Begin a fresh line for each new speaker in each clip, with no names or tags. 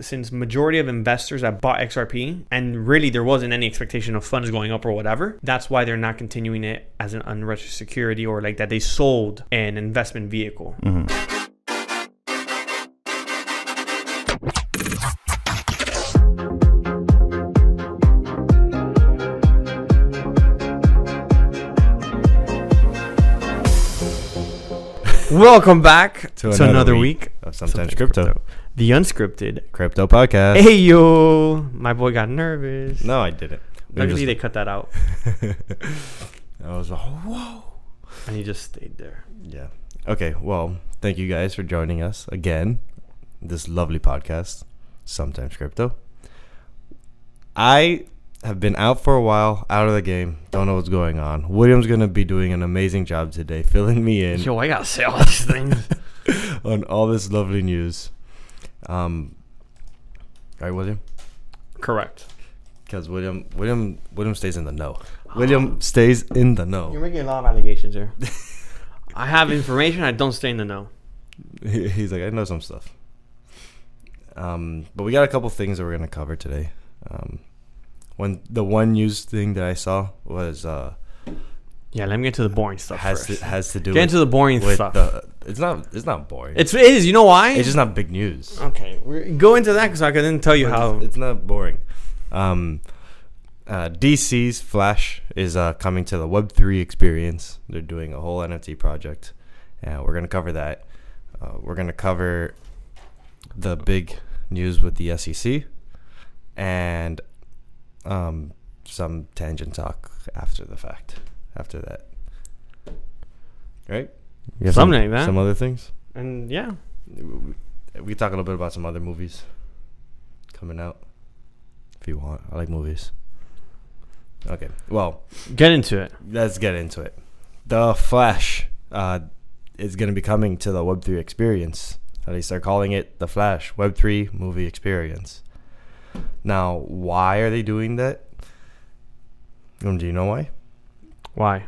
since majority of investors that bought XRP and really there wasn't any expectation of funds going up or whatever, that's why they're not continuing it as an unregistered security or like that they sold an investment vehicle. Welcome back to, another, week.
of Sometimes Crypto.
The unscripted.
Crypto podcast.
Hey yo, my boy got nervous.
No, I didn't. We were
luckily
just-
they cut that out,
I was like, whoa.
and he just stayed there.
Yeah. Okay. Well, thank you guys for joining us again. This lovely podcast, sometimes crypto. I have been out for a while, out of the game. Don't know what's going on. William's gonna be doing an amazing job today, filling me in
Yo, I gotta say all these things.
on all this lovely news. Um, right, William.
Correct.
Because William, William, William stays in the know.
Ah.
William stays in
You're
the know.
making a lot of allegations here. I have information. I don't stay in the know.
He- He's like, I know some stuff. Um, but we got a couple things that we're gonna cover today. Um, when the one news thing that I saw was uh,
Yeah, let me get to the boring stuff
has
first.
to, has to do
get into the boring
with
stuff.
the. It's not. It's not boring. It's,
it's it is. You know why?
just not big news.
okay. We're, go into that because I couldn't tell you
But
how.
it's, it's not boring. Um, uh, DC's Flash is uh, coming to the Web3 experience. They're doing a whole NFT project, and we're going to cover that. Uh, we're going to cover the big news with the SEC and um, some tangent talk after the fact, after that. Right? You have
Something like
some,
that.
Some other things?
and yeah,
we we talk a little bit about some other movies coming out if you want i like movies okay well
get into it.
let's get into it the flash uh, is going to be coming to the web3 experience at least they're calling it the flash web3 movie experience now why are they doing that um, do you know why
Why?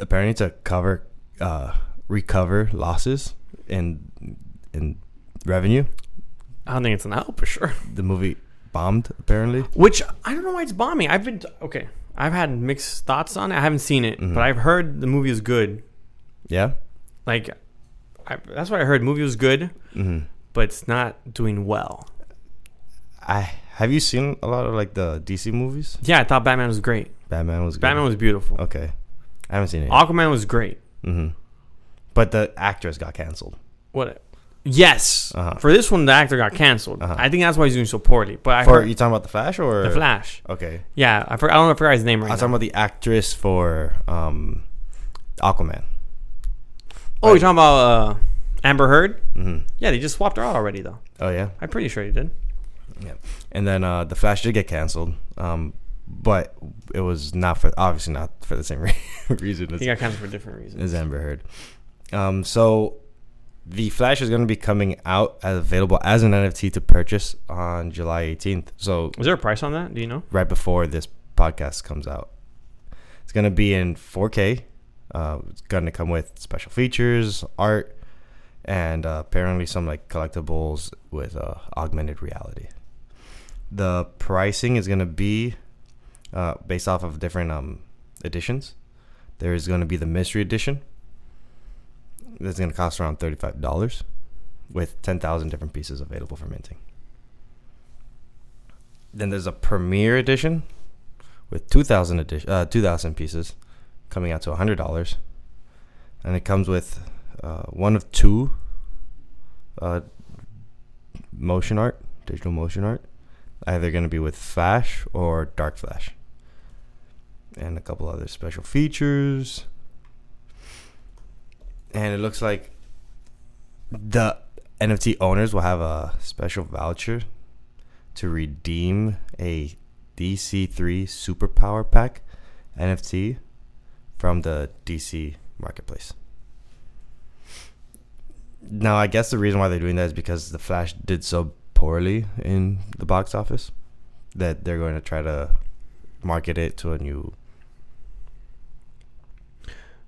apparently to cover uh, recover losses in in revenue
I don't think it's an help for sure.
the movie bombed apparently
Which I don't know why it's bombing. I've been okay. I've had mixed thoughts on it. I haven't seen
Mm-hmm.
it, but I've heard the movie is good.
yeah
Like, I, that's what I heard. Movie was good,
Mhm.
but it's not doing well.
i have you seen a lot of like the dc movies
Yeah, I thought Batman was great.
batman was good.
Batman was beautiful.
okay i haven't seen it yet.
Aquaman was great.
hmm but the actress got canceled
What? Yes.
Uh-huh.
For this one, the actor got canceled.
Uh-huh.
I think that's why he's doing so poorly. But I
for
heard
you talking about the flash or
the Flash.
okay
Yeah, I, for, I don't know if I forgot his name
i
right.
was
now.
talking about the actress for um aquaman
oh, you're talking about uh, Amber Heard?
hmm
Yeah, they just swapped her out already, though.
oh yeah
I'm pretty sure they did.
yeah and then uh the flash did get canceled um but it was not for obviously not for the same re- reason as
He got canceled for different reasons.
is Amber Heard. Um, so the Flash is going to be coming out as available as an NFT to purchase on July 18th. So
Was there a price on that? Do you know?
right before this podcast comes out, it's going to be in 4K. Uh, it's going to come with special features, art, and uh, apparently some like collectibles with uh, augmented reality. The pricing is going to be uh, based off of different um, editions. There is going to be the mystery edition. That's going to cost around thirty-five dollars, with ten thousand different pieces available for minting. Then there's a premiere edition, with two thousand edition, uh, two thousand pieces, coming out to hundred dollars, and it comes with uh, one of two uh, motion art, digital motion art, either going to be with Flash or Dark Flash and a couple other special features. And it looks like the NFT owners will have a special voucher to redeem a DC3 Superpower Pack NFT from the DC Marketplace. Now, I guess the reason why they're doing that is because the Flash did so poorly in the box office that they're going to try to market it to a new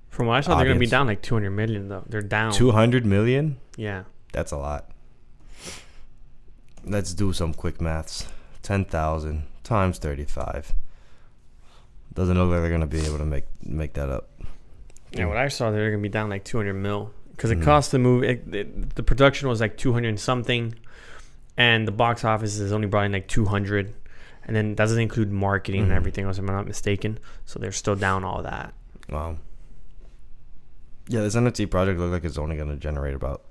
From what I saw, they're going to be
Audience.
down like 200 Oh. million, though. They're down.
200 million
yeah.
that's a lot Let's do some quick maths. Ten thousand times thirty-five. Doesn't look like they're gonna be able to make make that up.
Yeah, what I saw, they're gonna be down like 200 mil because it
Mm.
cost the movie. It, it- the production was like 200 and something, and the box office is only brought in like 200, and then that doesn't include marketing and
Mhm.
everything else. If I'm not mistaken, so they're still down all that.
Wow. Um, Yeah, this NFT project looks like it's only gonna generate about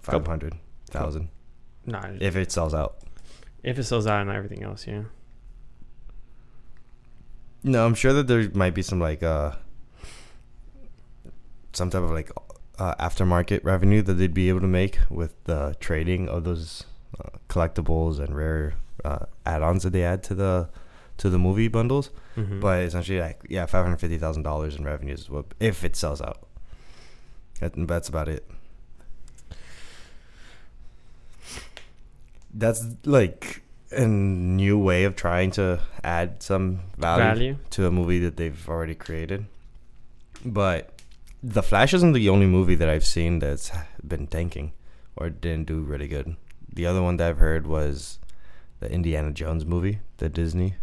five hundred thousand
No,
if it sells out.
if it sells out and everything else, yeah.
No, I'm sure that there might be some like uh some type of like uh, aftermarket revenue that they'd be able to make with the trading of those uh, collectibles and rare uh, add-ons that they add to the to the movie bundles.
Mhm.
But essentially, like yeah, five hundred fifty thousand dollars in revenues is what if it sells out. That, that's about it. That's like a new way of trying to add some
uh,
value
value,
to a movie that they've already created. But The Flash isn't the only movie that I've seen that's been tanking or didn't do really good. The other one that I've heard was the Indiana Jones movie that Disney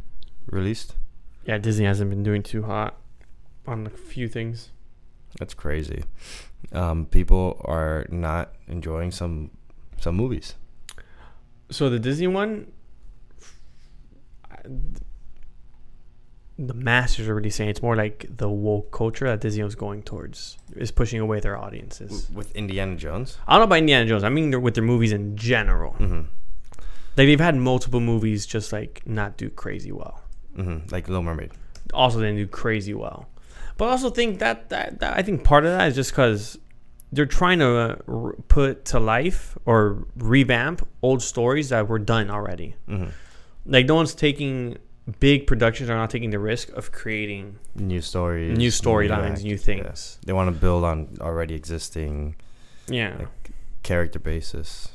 released.
yeah. Disney hasn't been doing too hot on a few things.
That's crazy. Um, people are not enjoying some some movies.
So the Disney one, I- the masters are really saying it's more like the woke culture that Disney was going towards is pushing away their audiences.
With Indiana Jones?
I don't know about Indiana Jones. I mean, they're- with their movies in general,
hmm
like they've had multiple movies just like not do crazy well.
hmm Like Little Mermaid.
Also, didn't do crazy well, but I also think that, that, that I think part of that is just because they're trying to uh, r- put to life or revamp old stories that were done already.
hmm
like no one's taking big productions are not taking the risk of creating
New stories.
new storylines,
act-
new
yeah.
things.
They want to build on already existing
Yeah.
character basis.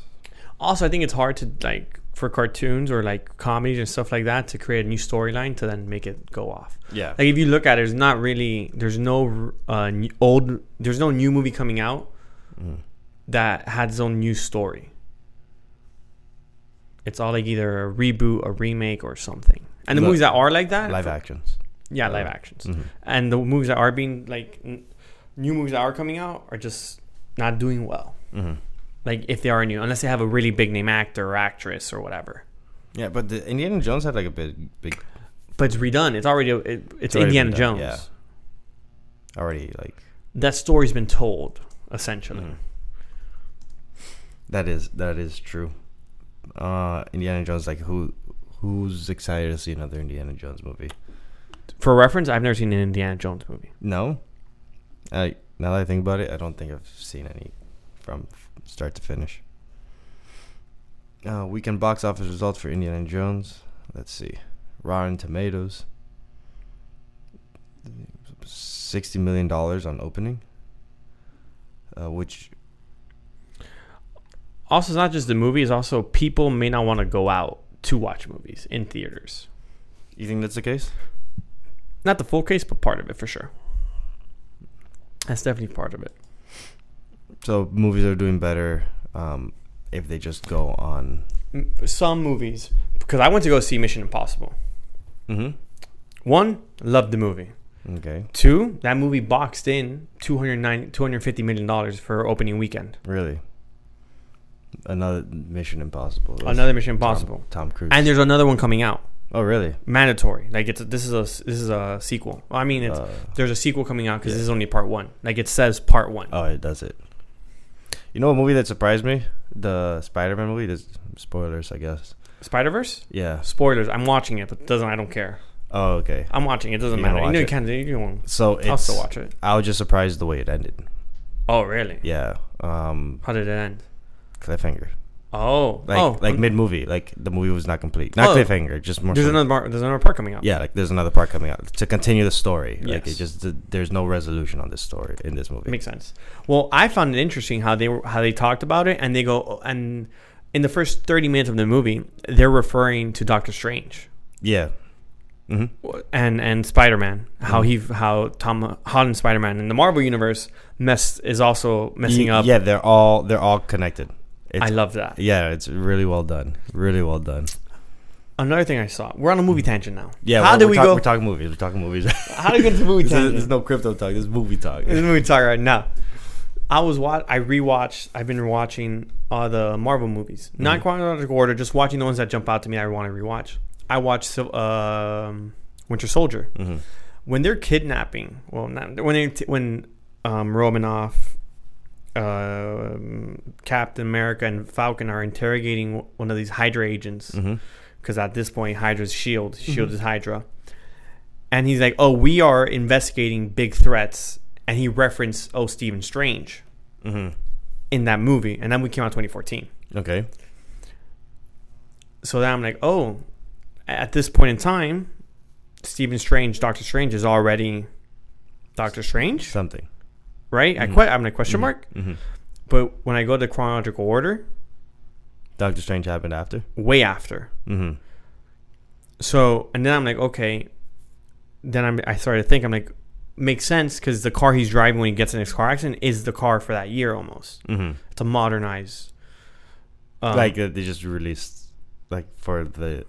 Also, I think it's hard to like for cartoons or like comedies and stuff like that to create a new storyline to then make it go off.
Yeah.
Like if you look at it, there's not really there's no uh, n- old there's no new movie coming out that had its own new story. It's all like either a reboot, a remake, or something. And the
Li-
movies that are like that,
Live
for-
actions.
yeah, live
Uh,
actions.
Mhm.
and the movies that are being like n- new movies that are coming out are just not doing well
Mhm.
like if they are new unless they have a really big name actor or actress or whatever
Yeah, but the Indiana Jones had like a big, big,
but it's redone it's already it, it's,
It's already
indiana
been done,
jones
already like
that story's been told essentially
Mhm. that is that is true. Uh, Indiana Jones, like who, who's excited to see another Indiana Jones movie?
for reference i've never seen an indiana jones movie
No, I now that I think about it, I don't think I've seen any from f- start to finish. Uh, weekend box office results for Indiana Jones. Let's see, Rotten Tomatoes, sixty million dollars on opening, uh, which
also it's not just the movie it's also people may not want to go out to watch movies in theaters
you think that's the case?
not the full case but part of it for sure that's definitely part of it
So movies are doing better um, if they just go on.
M- some movies because i went to go see mission impossible
Mm-hmm.
One, loved the movie.
Okay,
Two, that movie boxed in 209 250 million dollars for opening weekend.
really. Another Mission Impossible.
Another Mission
Tom-
Impossible.
Tom, Cruise.
And there's another one coming out.
oh, really?
Mandatory. Like it's this is a this is a sequel. I mean, it's,
Uh,
there's a sequel coming out because
yeah.
this is only part 1. Like it says part 1.
oh, it does it. You know a movie that surprised me? The Spider-Man movie. There's spoilers, I guess.
Spider-Verse?
Yeah.
Spoilers. I'm watching it, but it doesn't I don't care.
Oh, okay.
I'm watching it, doesn't
You're gonna
matter. You know
watch
you can't you can
So it's.
I'll still watch it.
I was just surprised the way it ended.
Oh, really?
Yeah. Um,
How did it end?
cliffhanger.
Oh.
Like
oh.
like
um,
mid movie. Like the movie was not complete. Not
Oh.
cliffhanger. Just more.
there's
so-
another mar- there's another part coming out.
yeah, like there's another part coming out to continue the story. Like
Yes.
it just there's no resolution on this story in this movie.
Makes sense. Well, I found it interesting how they were, how they talked about it, and they go and in the first thirty minutes of the movie, they're referring to Doctor Strange
yeah. hmm
and and Spider Man, how he how Tom Holland Spider Man in the Marvel universe mess is also messing up.
Yeah, they're all they're all connected. It's,
I love that.
Yeah, it's really well done. Really well done.
Another thing I saw. We're on a movie tangent now.
Yeah.
How
we're-
did
we're
we
talk-
go?
We're talking movies. We're talking movies.
How did we get to movie
This is-
tangent?
There's no crypto talk. This is movie talk. Mm-hmm.
This is what we talk right now. I was wa- I rewatched. I've been rewatching all the Marvel movies, not chronological order, just watching the ones that jump out to me. I want to rewatch. I watched Sil- um, Winter Soldier
hmm
when they're kidnapping. Well, not when they t- when um, Romanoff, um Captain America, and Falcon are interrogating w- one of these Hydra agents
hmm
because at this point Hydra's Shield, Shield is Hydra, and he's like, "Oh, we are investigating big threats," and he referenced, "Oh, Stephen Strange,"
hmm
in that movie, and that movie came out in 2014.
Okay.
So then I'm like, "Oh, at this point in time, Stephen Strange, Doctor Strange is already Doctor Strange,
Something.
right?" I
Mhm.
quit. I'm like question
Mhm.
mark.
hmm
But when I go to chronological order,
Doctor Strange happened after.
way after.
hmm
So and then I'm like, okay. Then I'm, I started to think. I'm like, makes sense because the car he's driving when he gets in his car accident is the car for that year almost.
hmm
It's a modernized. Um,
like uh, they just released, like for the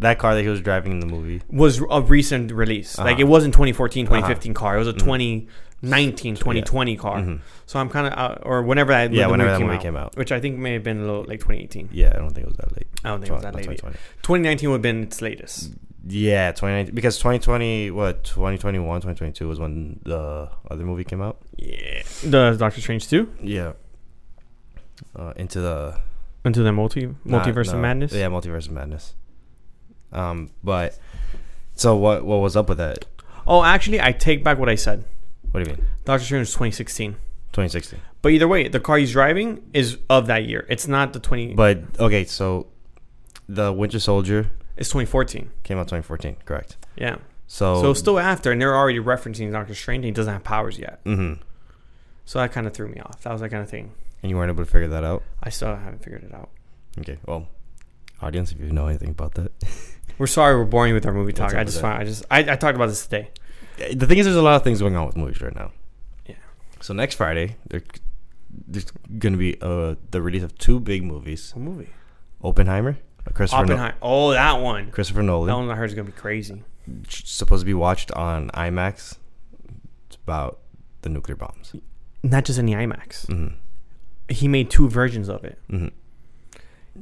that car that he was driving in the movie.
was a recent release. Like
Uh-huh.
it wasn't 2014,
Uh-huh.
2015 car. It was a
Mhm.
2019, 2020 car.
Mhm.
So I'm kind of uh, or whenever that
Yeah,
the
whenever that movie came out.
which I think may have been a little like 2018.
Yeah, I don't think it was that late.
I don't think it was
Twen-
that
not
late.
2020.
2019 would have been its latest.
Yeah, 2019 because 2020 what 2021 2022 was when the other movie came out.
Yeah, the Doctor Strange two
Yeah. Uh, into the
into the multi
Nah,
multiverse
no.
of madness.
Yeah, multiverse of madness. Um, but so what? What was up with that?
Oh, actually, I take back what I said.
What do you mean?
Doctor Strange was 2016.
2016.
But either way, the car he's driving is of that year. It's not the 20.
But okay, so the Winter Soldier
it's 2014.
came out 2014, correct?
Yeah.
So
So it's still after, and they're already referencing Doctor Strange. And he doesn't have powers yet.
hmm
So that kind of threw me off. That was that kind of thing.
and you weren't able to figure that out.
I still haven't figured it out.
Okay, well, audience, if you know anything about that,
We're sorry we're boring you with our movie talk.
What's up
I
with
just
that?
find, I just I, I talked about this today.
the thing is, there's a lot of things going on with movies right now.
Yeah.
So next Friday, there, there's gonna be uh, the release of two big movies:
What movie?
Oppenheimer, a Christopher Nol-
Oppenheimer. Oh, that one.
Christopher Nolan.
That one I heard is gonna be crazy.
supposed to be watched on IMAX. It's about the nuclear bombs.
Not just in the IMAX.
hmm
He made two versions of it.
hmm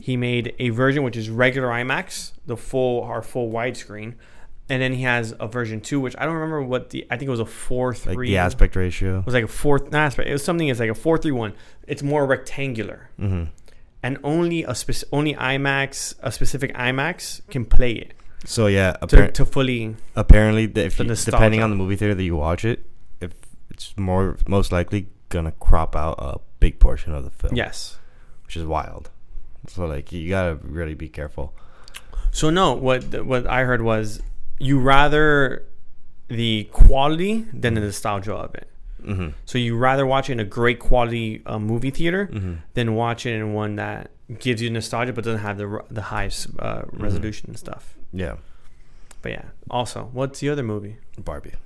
He made a version which is regular IMAX, the full our full widescreen, and then he has a version two, which I don't remember what the I think it was a four
Like
three.
the aspect ratio.
It was like a fourth not aspect. It was something. It's like a four three one. It's more rectangular,
hmm
and only a spec- only IMAX a specific IMAX can play it
So yeah,
to,
appar-
to fully.
apparently, the, if
The
you-
nostalgia.
depending on the movie theater that you watch it, if it's more most likely gonna crop out a big portion of the film.
Yes.
which is wild. So like you gotta really be careful.
So no, what what I heard was you rather the quality than the nostalgia of it.
hmm
So you rather watch it in a great quality uh, movie theater
hmm
than watch it in one that gives you nostalgia but doesn't have the r- the highest uh,
Mm-hmm.
resolution and stuff.
Yeah,
But yeah. Also, what's the other movie?
Barbie.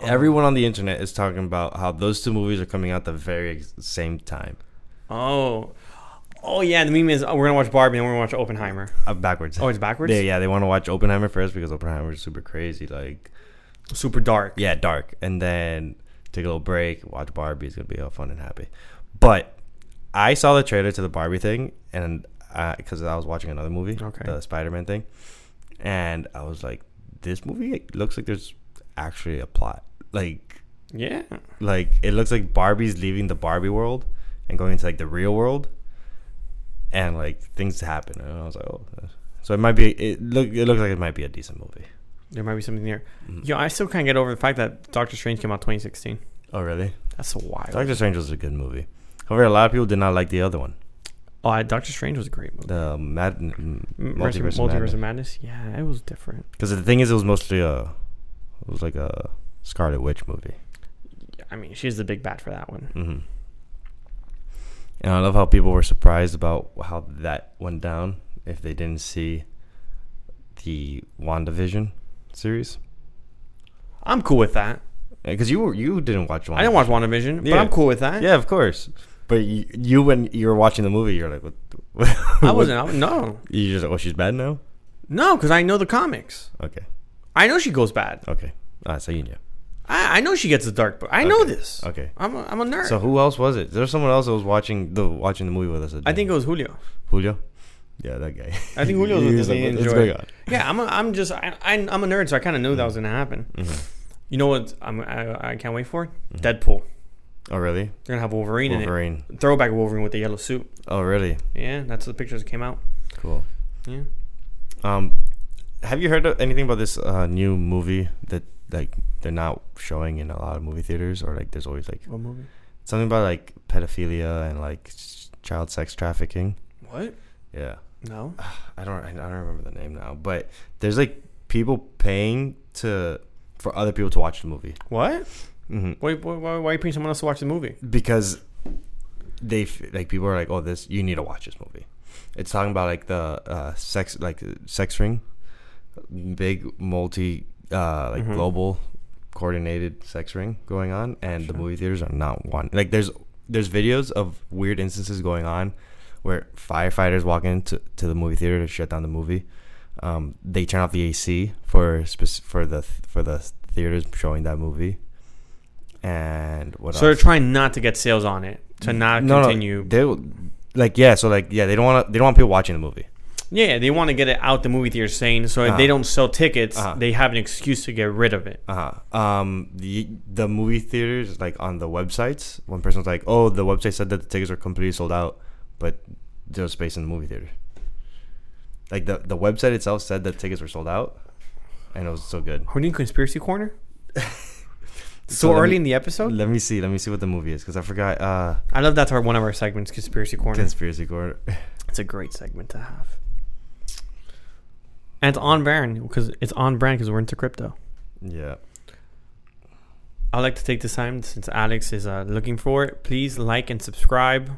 Everyone on the internet is talking about how those two movies are coming out the very ex- same time,
Oh. Oh yeah, the meme is oh, we're gonna watch Barbie and we're gonna watch Oppenheimer.
uh, backwards.
Oh, it's backwards.
They, yeah, they want to watch Oppenheimer first because Oppenheimer is super crazy, like
Super dark.
yeah, dark, and then take a little break, watch Barbie. It's gonna be all fun and happy. But I saw the trailer to the Barbie thing, and because I was watching another movie,
Okay.
the Spider-Man thing, and I was like, this movie looks like there's actually a plot. Like,
Yeah.
like it looks like Barbie's leaving the Barbie world and going into like the real world, and like things happen. And I was like, oh, so it might be. It look. It looks like it might be a decent movie.
There might be something there.
Mhm.
Yo, I still can't get over the fact that Doctor Strange came out 2016.
Oh, really?
That's wild.
Doctor Strange was a good movie. However, a lot of people did not like the other one,
Oh, I, Doctor Strange was a great movie.
the Mad m-
M- Multiverse,
Multiverse,
Multiverse of Madness. Yeah, it was different.
Because the thing is, it was mostly a, it was like a Scarlet Witch movie.
I mean, she's the big bat for that one.
hmm And I love how people were surprised about how that went down if they didn't see the WandaVision series.
I'm cool with that.
Because you were, you didn't watch WandaVision.
I didn't watch WandaVision, but
Yeah.
I'm cool with that.
Yeah, of course. But you, you when you were watching the movie, you're like, what, what,
I wasn't. I, no,
You just like, oh, she's bad now.
no, because I know the comics.
Okay,
I know she goes bad.
okay. Ah, so you knew.
I, I know she gets the dark. But I know
Okay.
this.
Okay.
I'm a, I'm a nerd.
So who else was it? There's someone else that was watching the watching the movie with us. that
I
day.
think it was Julio.
Julio. Yeah, that guy.
I think Julio was
He
with us.
was like,
They
"What's
enjoyed
going
it."
on?"
Yeah, I'm. A, I'm just. I, I, I'm a nerd, so I kind of knew that was gonna happen.
Mm-hmm.
You know what? I'm. I, I can't wait for Deadpool.
Oh really?
They're gonna have Wolverine,
Mm-hmm. Wolverine.
in it. Throwback Wolverine with the yellow suit.
Oh really?
Yeah, that's the pictures that came out.
Cool.
Yeah.
Um, have you heard of anything about this uh, new movie that like they're not showing in a lot of movie theaters, or like there's always like
What movie?
something about like pedophilia and like s- child sex trafficking?
What?
Yeah,
No.
I don't I don't remember the name now, but there's like people paying to for other people to watch the movie
What?
hmm
Why, why, why, why are you paying someone else to watch the movie?
because they f- like people are like, oh, this you need to watch this movie. It's talking about like the uh, sex like uh, sex ring, big multi uh, like
Mhm.
global coordinated sex ring going on, and the
Sure.
movie theaters are not one. Like there's there's videos of weird instances going on where firefighters walk into to the movie theater to shut down the movie. Um, they turn off the AC for spec- for the for the theaters showing that movie. And what
so they're
else?
trying not to get sales on it to not continue.
they will- like yeah, so like yeah, they don't want they don't want people watching the movie.
yeah, they want to get it out the movie theater saying so if they
Uh-huh.
don't sell tickets,
Uh-huh.
they have an excuse to get rid of it.
Uh huh. Um, the the movie theaters like on the websites, one person was like, "Oh, the website said that the tickets are completely sold out, but there was space in the movie theater." Like the the website itself said that tickets were sold out, and it was so good.
Are we doing conspiracy corner?
So
so
let
early
me-
in the episode?
Let me see. Let me see what the movie is because I forgot. Uh,
I love that's our one of our segments, conspiracy corner.
conspiracy corner.
It's a great segment to have. And it's on brand because it's on brand because we're into crypto.
yeah.
I'd like to take this time since Alex is uh, looking for it. Please like and subscribe.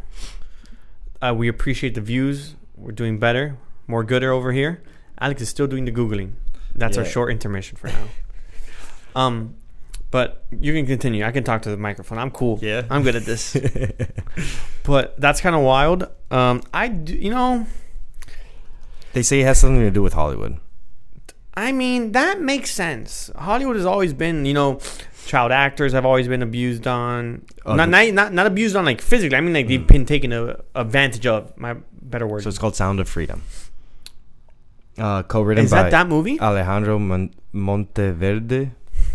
Uh, we appreciate the views. We're doing better, more gooder over here. Alex is still doing the googling. That's our
Yeah.
short intermission for now. um, but you can continue. I can talk to the microphone. I'm cool.
Yeah.
I'm good at this. but that's kind of wild. Um, I do, you know,
They say it has something to do with Hollywood.
I mean, that makes sense. Hollywood has always been, you know, child actors have always been abused on.
Oh,
not,
the-
not not not abused on like physically. I mean, like they've been taken a, advantage of. My better word.
Mm. So it's called Sound of Freedom. Uh, co-written
Is
by Uh,
that that movie?
Alejandro Mon- Monteverde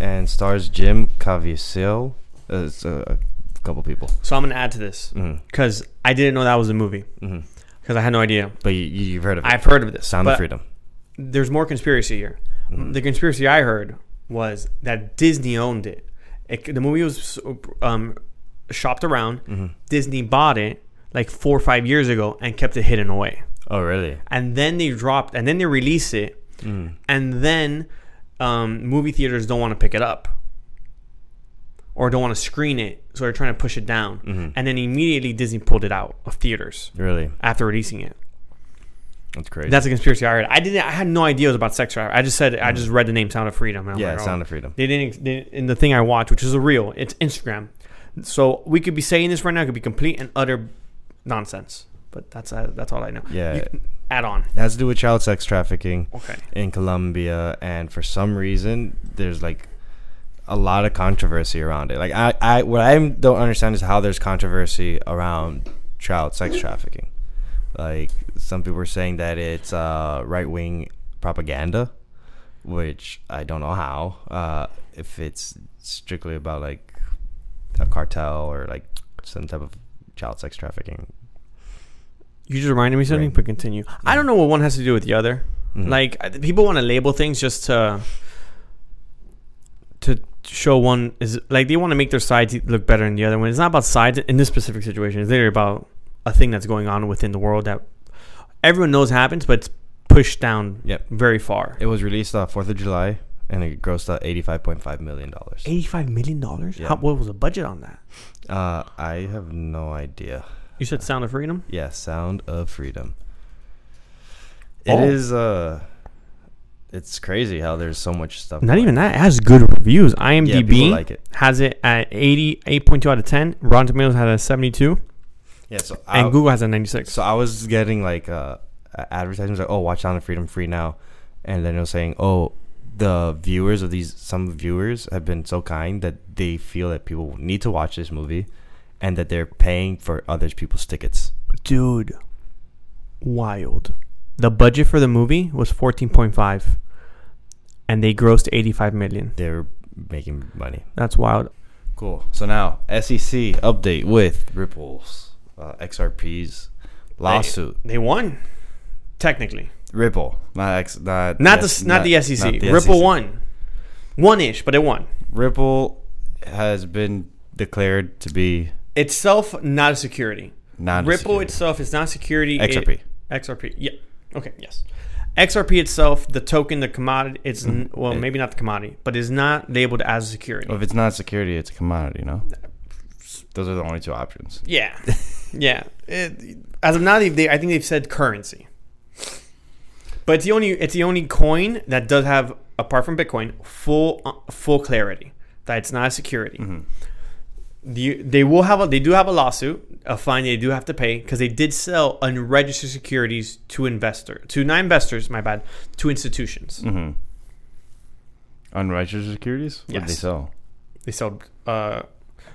and stars Jim Caviezel. Uh, it's a, a couple people.
so I'm gonna add to this
Mm,
because I didn't know that was a movie
mm.
because I had no idea.
But you, you- you've heard of it.
I've heard of this.
Sound
but
of Freedom.
There's more conspiracy here. The conspiracy I heard was that Disney owned it. it the movie was um, shopped around. Disney bought it like four or five years ago and kept it hidden away.
Oh, really?
and then they dropped and then they release it and then um, movie theaters don't want to pick it up or don't want to screen it so they're trying to push it down and then immediately disney pulled it out of theaters
Really?
after releasing it
That's crazy.
that's a conspiracy i heard i didn't i had no idea it was about sex trafficking i just said i just read the name sound of freedom and I'm
Mm. yeah,
like, oh.
Sound of Freedom.
they didn't they, in the thing i watched which is a real it's instagram so we could be saying this right now it could be complete and utter nonsense but that's uh, that's all i know
Yeah.
You- add on
It has to do with child sex trafficking
okay
in Colombia, and for some reason, there's like a lot of controversy around it. Like I, I what I don't understand is how there's controversy around child sex trafficking. Like some people are saying that it's uh, right wing propaganda, which I don't know how. Uh, if it's strictly about like a cartel or like some type of child sex trafficking.
You just reminded me of something,
Right.
but continue. I don't know what one has to do with the other.
Mhm.
Like I- people want to label things just to to show one is like they want to make their sides look better than the other one. It's not about sides in this specific situation. It's literally about a thing that's going on within the world that everyone knows happens, but it's pushed down
Yep.
very far.
It was released uh, 4th of July and it grossed uh, $85.5 million.
Eighty-five million dollars.
Yeah.
How What was the budget on that?
Uh, I have no idea.
You said Sound of Freedom.
Yeah, Sound of Freedom.
Oh.
It is uh it's crazy how there's so much stuff.
Not
going-
even that. It has good reviews. IMDb
people like it.
has it at 88.2 out of 10. Rotten Tomatoes had a 72.
Yeah, so
and
I,
Google has a 96.
so I was getting like uh, a- advertisements like, "Oh, watch Sound of Freedom free now," and then it was saying, "Oh, the viewers of these some viewers have been so kind that they feel that people need to watch this movie, and that they're paying for other people's tickets."
Dude, wild. The budget for the movie was 14.5 and they grossed 85 million.
They're making money.
That's wild.
Cool. So now
E
SEC update with Ripple's uh, XRP's lawsuit.
They won technically.
Ripple, not X, not
Not
yes,
the not, the SEC.
not the E
Ripple
SEC.
won. One ish, but it won.
Ripple has been declared to be
Itself not a security.
non
Ripple itself is not security. It-
XRP.
XRP. Yeah. Okay. Yes. XRP itself, the token, the commodity, it's n- well,
Mm-hmm. It-
maybe not the commodity, but is not labeled as a security.
Well, if it's not security, it's a commodity. No, those are the only two options.
Yeah, yeah. It, as of now, they've, they I think they've said currency, but it's the only it's the only coin that does have, apart from Bitcoin, full uh, full clarity that it's not a security.
Mm-hmm.
The, they will have a, they do have a lawsuit, a fine they do have to pay because they did sell unregistered securities to investor to not investors, my bad, to institutions.
Mm-hmm. Unregistered securities. What did they
Yes.
sell?
They sold. Uh,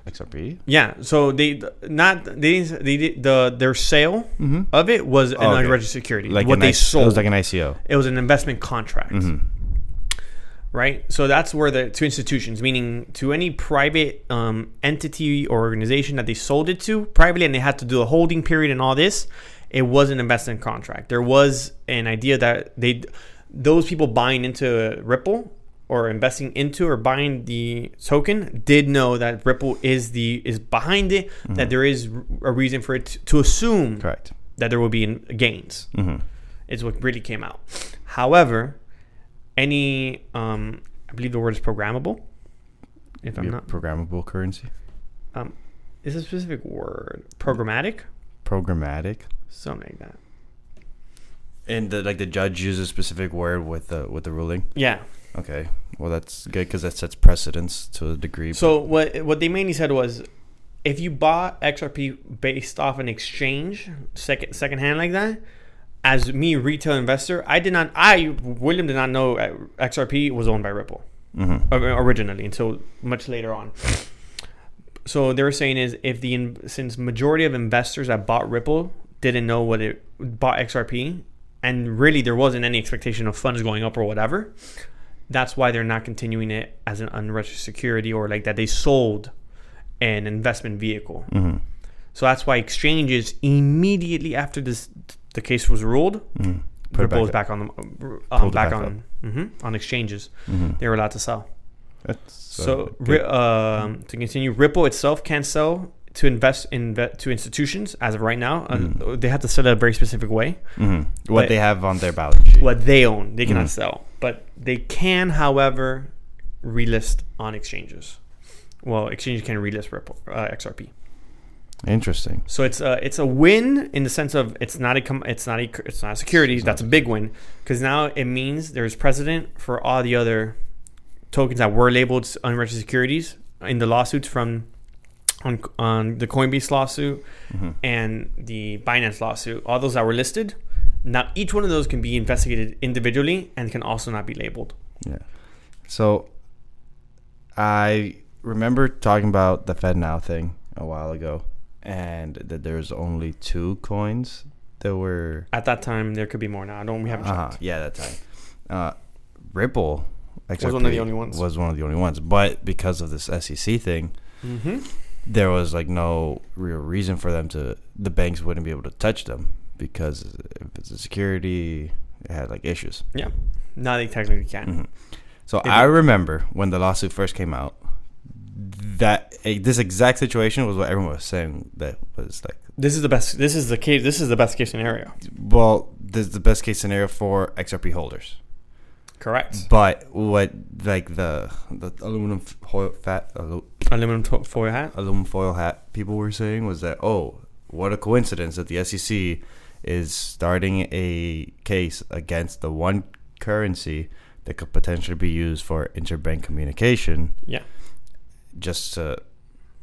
XRP.
yeah, so they not they they did the their sale
Mm-hmm.
of it was an
Oh, okay.
unregistered security.
Like
what
an
they
I-
sold
It was like an ICO.
it was an investment contract,
Mhm.
right? So that's where the to institutions, meaning to any private um, entity or organization that they sold it to privately, and they had to do a holding period and all this. It was an investment contract. There was an idea that they, those people buying into Ripple or investing into or buying the token did know that Ripple is the is behind it. That there is a reason for it to, to assume
Correct.
that there will be gains
Mm-hmm.
is what really came out. However, any um, I believe the word is programmable. If I'm not,
programmable currency.
um, is a specific word programmatic,
Programmatic.
something like that.
And the, like the judge used a specific word with the with the ruling.
Yeah.
Okay, well that's good because that sets precedence to a degree.
So what what they mainly said was, if you bought XRP based off an exchange second second hand like that, as me retail investor, I did not I William did not know uh, XRP was owned by Ripple.
mm-hmm.
or- uh, originally until much later on. So they were saying is if the in- since majority of investors that bought Ripple didn't know what it bought XRP, and really there wasn't any expectation of funds going up or whatever. That's why they're not continuing it as an unregistered security or like that they sold an investment vehicle.
Mm-hmm.
So that's why exchanges immediately after this the case was ruled,
Mm-hmm. Put it
Ripple
back
was
up.
back on the
Pulled
um,
it
back
back
on mhm, on exchanges.
Mhm.
They were allowed to sell.
That's
So
good.
ri- um, to continue, Ripple itself can sell to invest in to institutions as of right now. Uh, They have to sell it a very specific way.
Mhm. what
but-
they have on their balance sheet.
What they own, they cannot
Mhm.
sell, but they can, however, relist on exchanges. Well, exchanges can relist Ripple uh, XRP.
Interesting.
So it's a it's a win in the sense of it's not a com- it's not a it's not a security. That's a big win because now it means there's precedent for all the other tokens that were labeled s- unregistered securities in the lawsuits from on on the Coinbase lawsuit
Mhm.
and the Binance lawsuit. All those that were listed. Now each one of those can be investigated individually and can also not be labeled.
Yeah. So I remember talking about the Fed Now thing a while ago, and that there's only two coins that were.
At that time, there could be more. Now I don't. We haven't
Uh-huh.
checked.
Yeah, that time. Uh, Ripple
one of the only ones.
Was one of the only ones, but because of this SEC thing,
Mm-hmm.
there was like no real reason for them to. The banks wouldn't be able to touch them because if it's a security, it had like issues.
Now they technically can.
Mhm. So
If
I
it-
remember when the lawsuit first came out, that eh, this exact situation was what everyone was saying that was like,
This is the best. This is the case. This is the best case scenario.
well, this is the best case scenario for XRP holders.
Correct.
But what like the the aluminum foil fat alu,
Aluminum to- foil hat.
aluminum foil hat people were saying was that oh what a coincidence that the SEC is starting a case against the one currency that could potentially be used for interbank communication
Yeah.
just to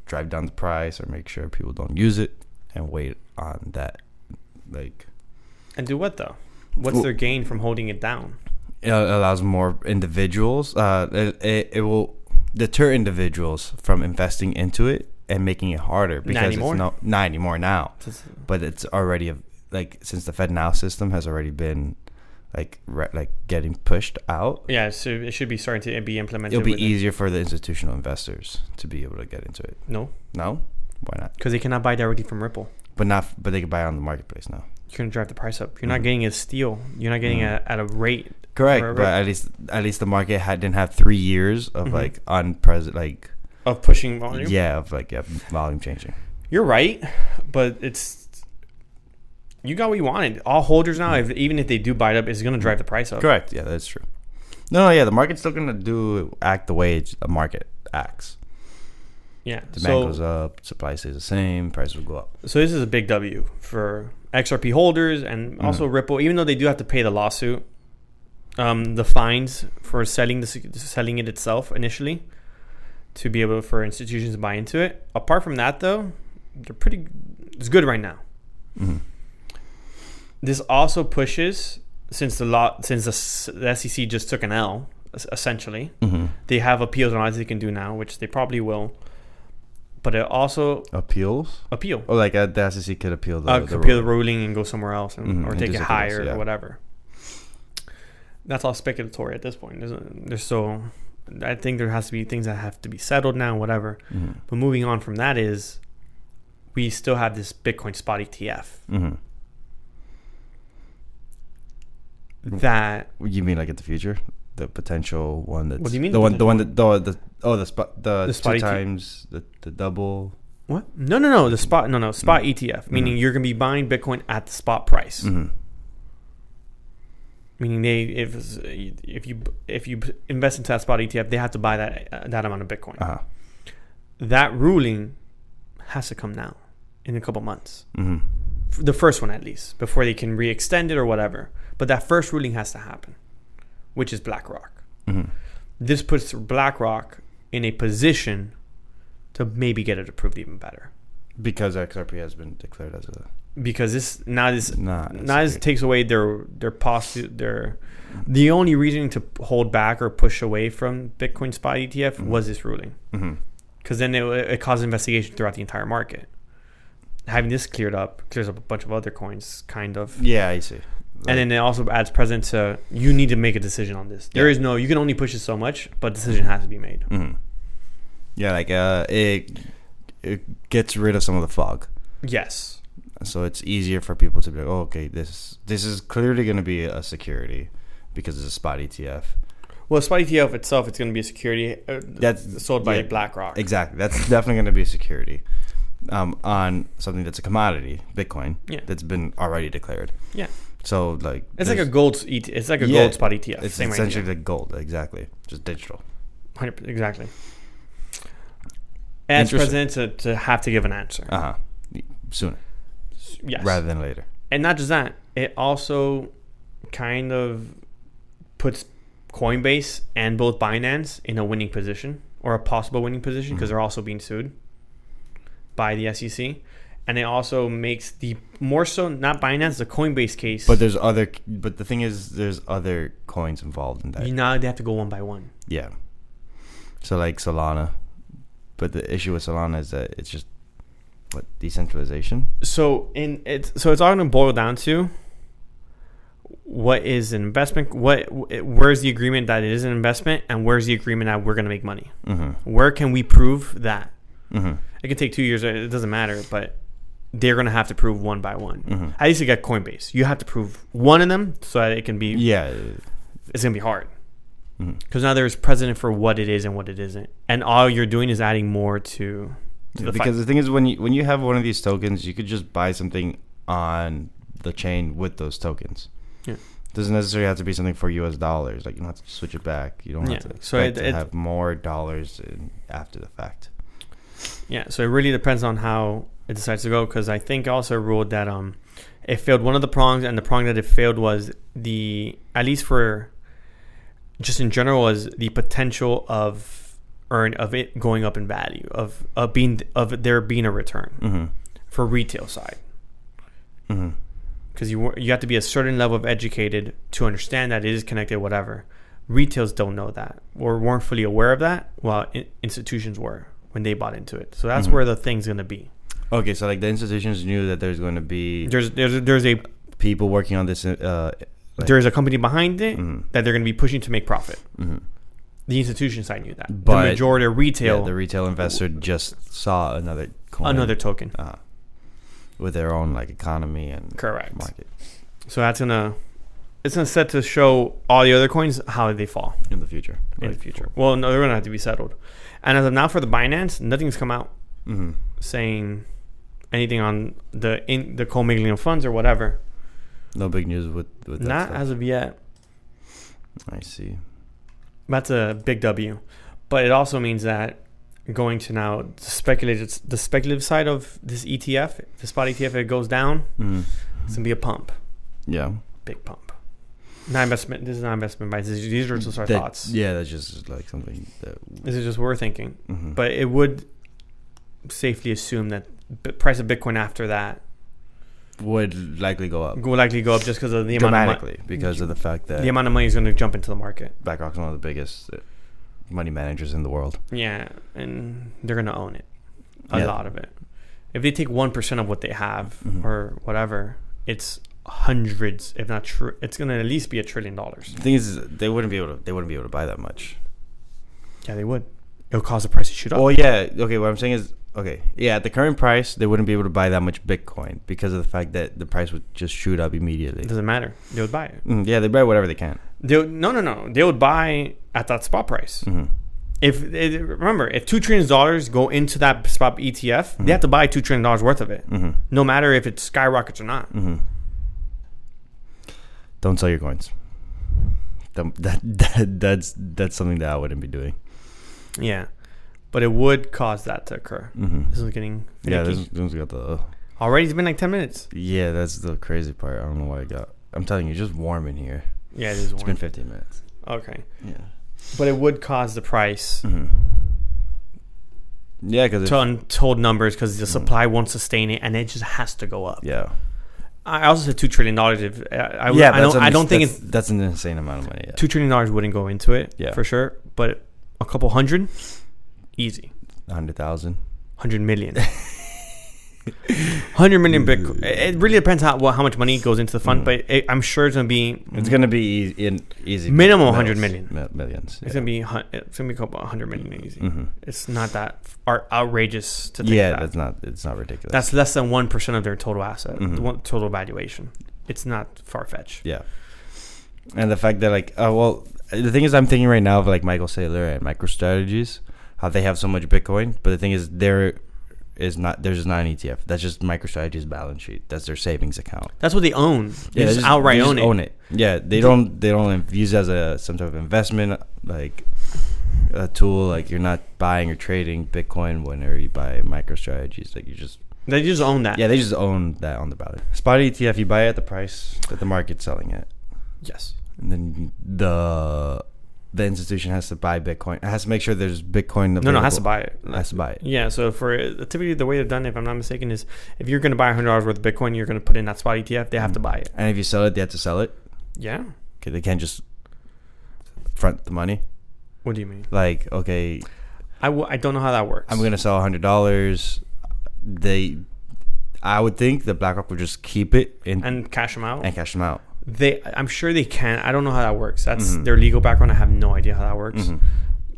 drive down the price or make sure people don't use it and wait on that. Like
And do what though? What's
Well-
their gain from holding it down?
it allows more individuals. Uh, it, it, it will deter individuals from investing into it and making it harder because
Not
it's
anymore?
no not anymore now.
Just-
but it's already a, like since the Fed now system has already been like re- like getting pushed out,
Yeah, so it should be starting to be implemented.
it'll be
within-
easier for the institutional investors to be able to get into it.
No,
No, why not?
because they cannot buy directly from Ripple.
But not, but they can buy it on the marketplace now.
You're gonna drive the price up. You're not
Mhm.
getting a steal. You're not getting
Mhm.
a, at a rate.
Correct,
Right,
but
right.
at least at least the market had, didn't have three years of
Mhm.
like unpresent like
Of pushing volume.
yeah of like yeah volume changing.
You're right, but it's you got what you wanted. All holders now, if, even if they do buy it up, is going to drive the price up.
Mm-hmm. Correct, yeah, that's true. No, no, yeah, the market's still gonna do act the way it's- a market acts.
Yeah.
Demand
so
goes up, supply stays the same, price will go up.
so this is a big W for XRP holders and also Ripple. Even though they do have to pay the lawsuit, um, the fines for selling the sec- selling it itself initially, to be able for institutions to buy into it. Apart from that, though, they're pretty. It's good right now. Mm-hmm.
Mhm.
This also pushes since the law since the, s- the SEC just took an L es- essentially.
Mhm.
They have appeals on odds they can do now, which they probably will. But it also
Appeals.
appeal.
Oh, like uh, the SEC could appeal the,
uh,
the
could appeal the
rule.
ruling and go somewhere else, and,
Mhm,
or
and
take
do
it
something else,
higher
yeah.
or whatever. That's all speculatory at this point. There's, there's so, I think there has to be things that have to be settled now, whatever.
Mhm.
But moving on from that is, we still have this Bitcoin spot E ETF
Mhm. Mm.
that
You mean like in the future, the potential one that's
What do you mean
the
the
one the one that the, the oh the spot the,
The spot
two
ET.
times the the double.
what? No, no, no. The spot, no, no, spot ETF, meaning
Mhm.
you're gonna be buying Bitcoin at the spot price.
Mhm.
Meaning they, if if you if you invest into that spot ETF, they have to buy that uh, that amount of Bitcoin.
Uh-huh.
that ruling has to come now in a couple months.
Mhm.
F- The first one, at least, before they can re extend it or whatever. But that first ruling has to happen, which is BlackRock.
Mhm.
This puts BlackRock in a position to maybe get it approved even better.
Because XRP has been declared as a
Because this now this
not E
now this takes away their their possi their the only reasoning to hold back or push away from Bitcoin spot ETF was this ruling.
hmm
because then it, it caused investigation throughout the entire market. Having this cleared up clears up a bunch of other coins, kind of,
Yeah, I see.
and then it also adds precedent to you need to make a decision on this. There
Yeah.
is no you can only push it so much, but decision has to be made.
hmm yeah, like uh, it it gets rid of some of the fog,
Yes,
so it's easier for people to be like, oh, okay, this this is clearly going to be a security because it's a spot E ETF.
well, spot ETF itself, it's going to be a security uh,
That's-
sold by
yeah.
BlackRock.
Exactly. That's definitely going to be a security um, on something that's a commodity, Bitcoin,
Yeah.
that's been already declared.
Yeah.
So like
It's like a
there's-
gold ET, It's like a
Yeah,
gold spot ETF.
It's
same
essentially
idea.
like gold, exactly, just digital.
100% exactly. Adds
Interesting.
precedent to, to have to give an answer.
Uh huh. Sooner
yes.
rather than later.
and not just that, it also kind of puts Coinbase and both Binance in a winning position or a possible winning position because they're also being sued by the SEC. And it also makes the more so not Binance, the Coinbase case.
But there's other. But the thing is, there's other coins involved in that.
you now they have to go one by one.
Yeah. So like Solana, but the issue with Solana is that it's just what decentralization.
So in it's so it's all going to boil down to what is an investment? What where's the agreement that it is an investment, and where's the agreement that we're going to make money?
Mm-hmm.
Where can we prove that?
Mm-hmm.
it could take two years. It doesn't matter, but they're gonna have to prove one by one.
Mhm.
At least you got Coinbase. You have to prove one of them so that it can be.
Yeah.
It's gonna be hard
Mhm.
because now there's precedent for what it is and what it isn't, and all you're doing is adding more to. to the
because
because
the thing is, when you when you have one of these tokens, you could just buy something on the chain with those tokens.
Yeah.
Doesn't necessarily have to be something for U.S. dollars. Like you don't have to switch it back. You don't have
Yeah.
to,
So it-
expect to
it-
have more dollars in, after the fact.
yeah, so it really depends on how it decides to go. Because I think also ruled that um, it failed one of the prongs, and the prong that it failed was the at least for just in general was the potential of earn of it going up in value of of being of there being a return.
Mm-hmm.
for retail side
Mm-hmm.
because you wa- you have to be a certain level of educated to understand that it is connected, whatever. Retails don't know that or weren't fully aware of that, while in- institutions were when they bought into it. So that's
Mhm.
where the thing's going to be.
Okay, so like the institutions knew that there's going to be
There's there's there's a
people working on this. Uh, like,
there's a company behind it
Mhm.
that they're going to be pushing to make profit.
mhm.
The institution side knew that.
But-
the majority of retail,
Yeah, the retail investor just saw another coin,
another token.
uh, with their own like economy and
Correct.
market
So that's gonna it's gonna set to show all the other coins how they fall
in the future.
in the future. Well, no, they're gonna have to be settled. And as of now, for the Binance, nothing's come out
Mm-hmm.
saying anything on the in the commingling of funds or whatever.
No big news with with that
Not
stuff.
as of yet.
I see.
That's a big W, but it also means that going to now the speculative the speculative side of this ETF, the spot ETF, if it goes down.
Mm.
It's gonna be a pump,
Yeah.
big pump. Not investment. This is not investment advice. These these are just our
That-
thoughts.
Yeah, that's just like something that.
This is just what we're thinking.
mhm.
but it would safely assume that the price of Bitcoin after that
would likely go up
will likely go up just because of the amount of money.
dramatically because of the fact that
The amount of money is going to jump into the market.
BlackRock's one of the biggest uh, money managers in the world.
Yeah, and they're going to own it, a
Yeah.
lot of it. If they take one percent of what they have
Mhm.
or whatever, it's hundreds, if not tr- it's going to at least be a trillion dollars.
The thing is, they wouldn't be able to. They wouldn't be able to buy that much.
Yeah, they would. It'll cause the price to shoot up.
Well, yeah. Okay, what I'm saying is, okay, yeah. At the current price, they wouldn't be able to buy that much Bitcoin because of the fact that the price would just shoot up immediately.
it doesn't matter. They would buy it.
Mm, yeah, they buy whatever they can.
They would, no, no, no. They would buy at that spot price.
hmm
if it, remember if two trillion dollars go into that spot ETF, they
Mm-hmm.
have to buy two trillion dollars worth of it,
hmm
no matter if it skyrockets or not.
hmm mm-hmm. Don't sell your coins. That, that, that that's that's something that I wouldn't be doing.
Yeah, but it would cause that to occur.
hmm
This is getting
Yeah,
finicky.
this, this one's got the
already. It's been like ten minutes.
yeah. That's the crazy part. I don't know why I got. I'm telling you, it's just warm in here.
Yeah, it is
It's been
warm.
15 minutes.
Okay,
Yeah.
but it would cause the price
hmm Yeah, because
to untold numbers because the supply won't sustain it, and it just has to go up.
Hmm. yeah.
I also said two trillion dollars. If I, I,
yeah,
I don't,
an
I don't
ins-
think
that's,
it's
that's an insane amount of money. Yeah.
two trillion dollars wouldn't go into it
Yeah.
for sure, but a couple hundred, easy.
Hundred thousand.
hundred million. Hundred million Bitcoin. It it really depends how well, how much money goes into the fund,
Mhm.
but it, I'm sure it's gonna be
It's gonna be easy. In, easy
Minimum 100 million.
mi- millions.
it's gonna be hun- it's gonna be a couple hundred million easy.
hmm
It's not that far outrageous to think
Yeah,
that.
that's
That's,
not. It's not ridiculous.
less than one percent of their total asset,
Mhm.
the one- total valuation. It's not far fetched.
yeah. And the fact that like, oh well, the thing is, I'm thinking right now of like Michael Saylor and MicroStrategies, how they have so much Bitcoin, but the thing is, there is not. There's just not an ETF. That's just MicroStrategy's balance sheet. That's their savings account.
That's what they own. They
they
just, outright
they just
own it.
Yeah, they don't they don't use it as a some type of investment like a tool. Like you're not buying or trading Bitcoin whenever you buy MicroStrategies. Like you just
They just own that.
yeah, they just own that on the ballot. Spot ETF, you buy it at the price that the market's selling it,
Yes.
and then the the institution has to buy Bitcoin. It has to make sure there's Bitcoin.
No, no,
available.
it has to buy it.
Has to buy it.
Yeah, so for typically the way they've done it, if I'm not mistaken, is if you're going to buy $100 worth of Bitcoin, you're going to put in that spot ETF, they have
Mm-hmm.
to buy it.
And if you sell it, they have to sell it.
Yeah.
Okay, they can't just front the money.
What do you mean?
Like okay,
I, w- I don't know how that works.
I'm gonna sell hundred dollars. They, I would think that BlackRock would just keep it and and,
and cash them out.
cash them out.
They I'm sure they can. I don't know how that works. That's
Mhm.
their legal background. I have no idea how that works.
Mhm.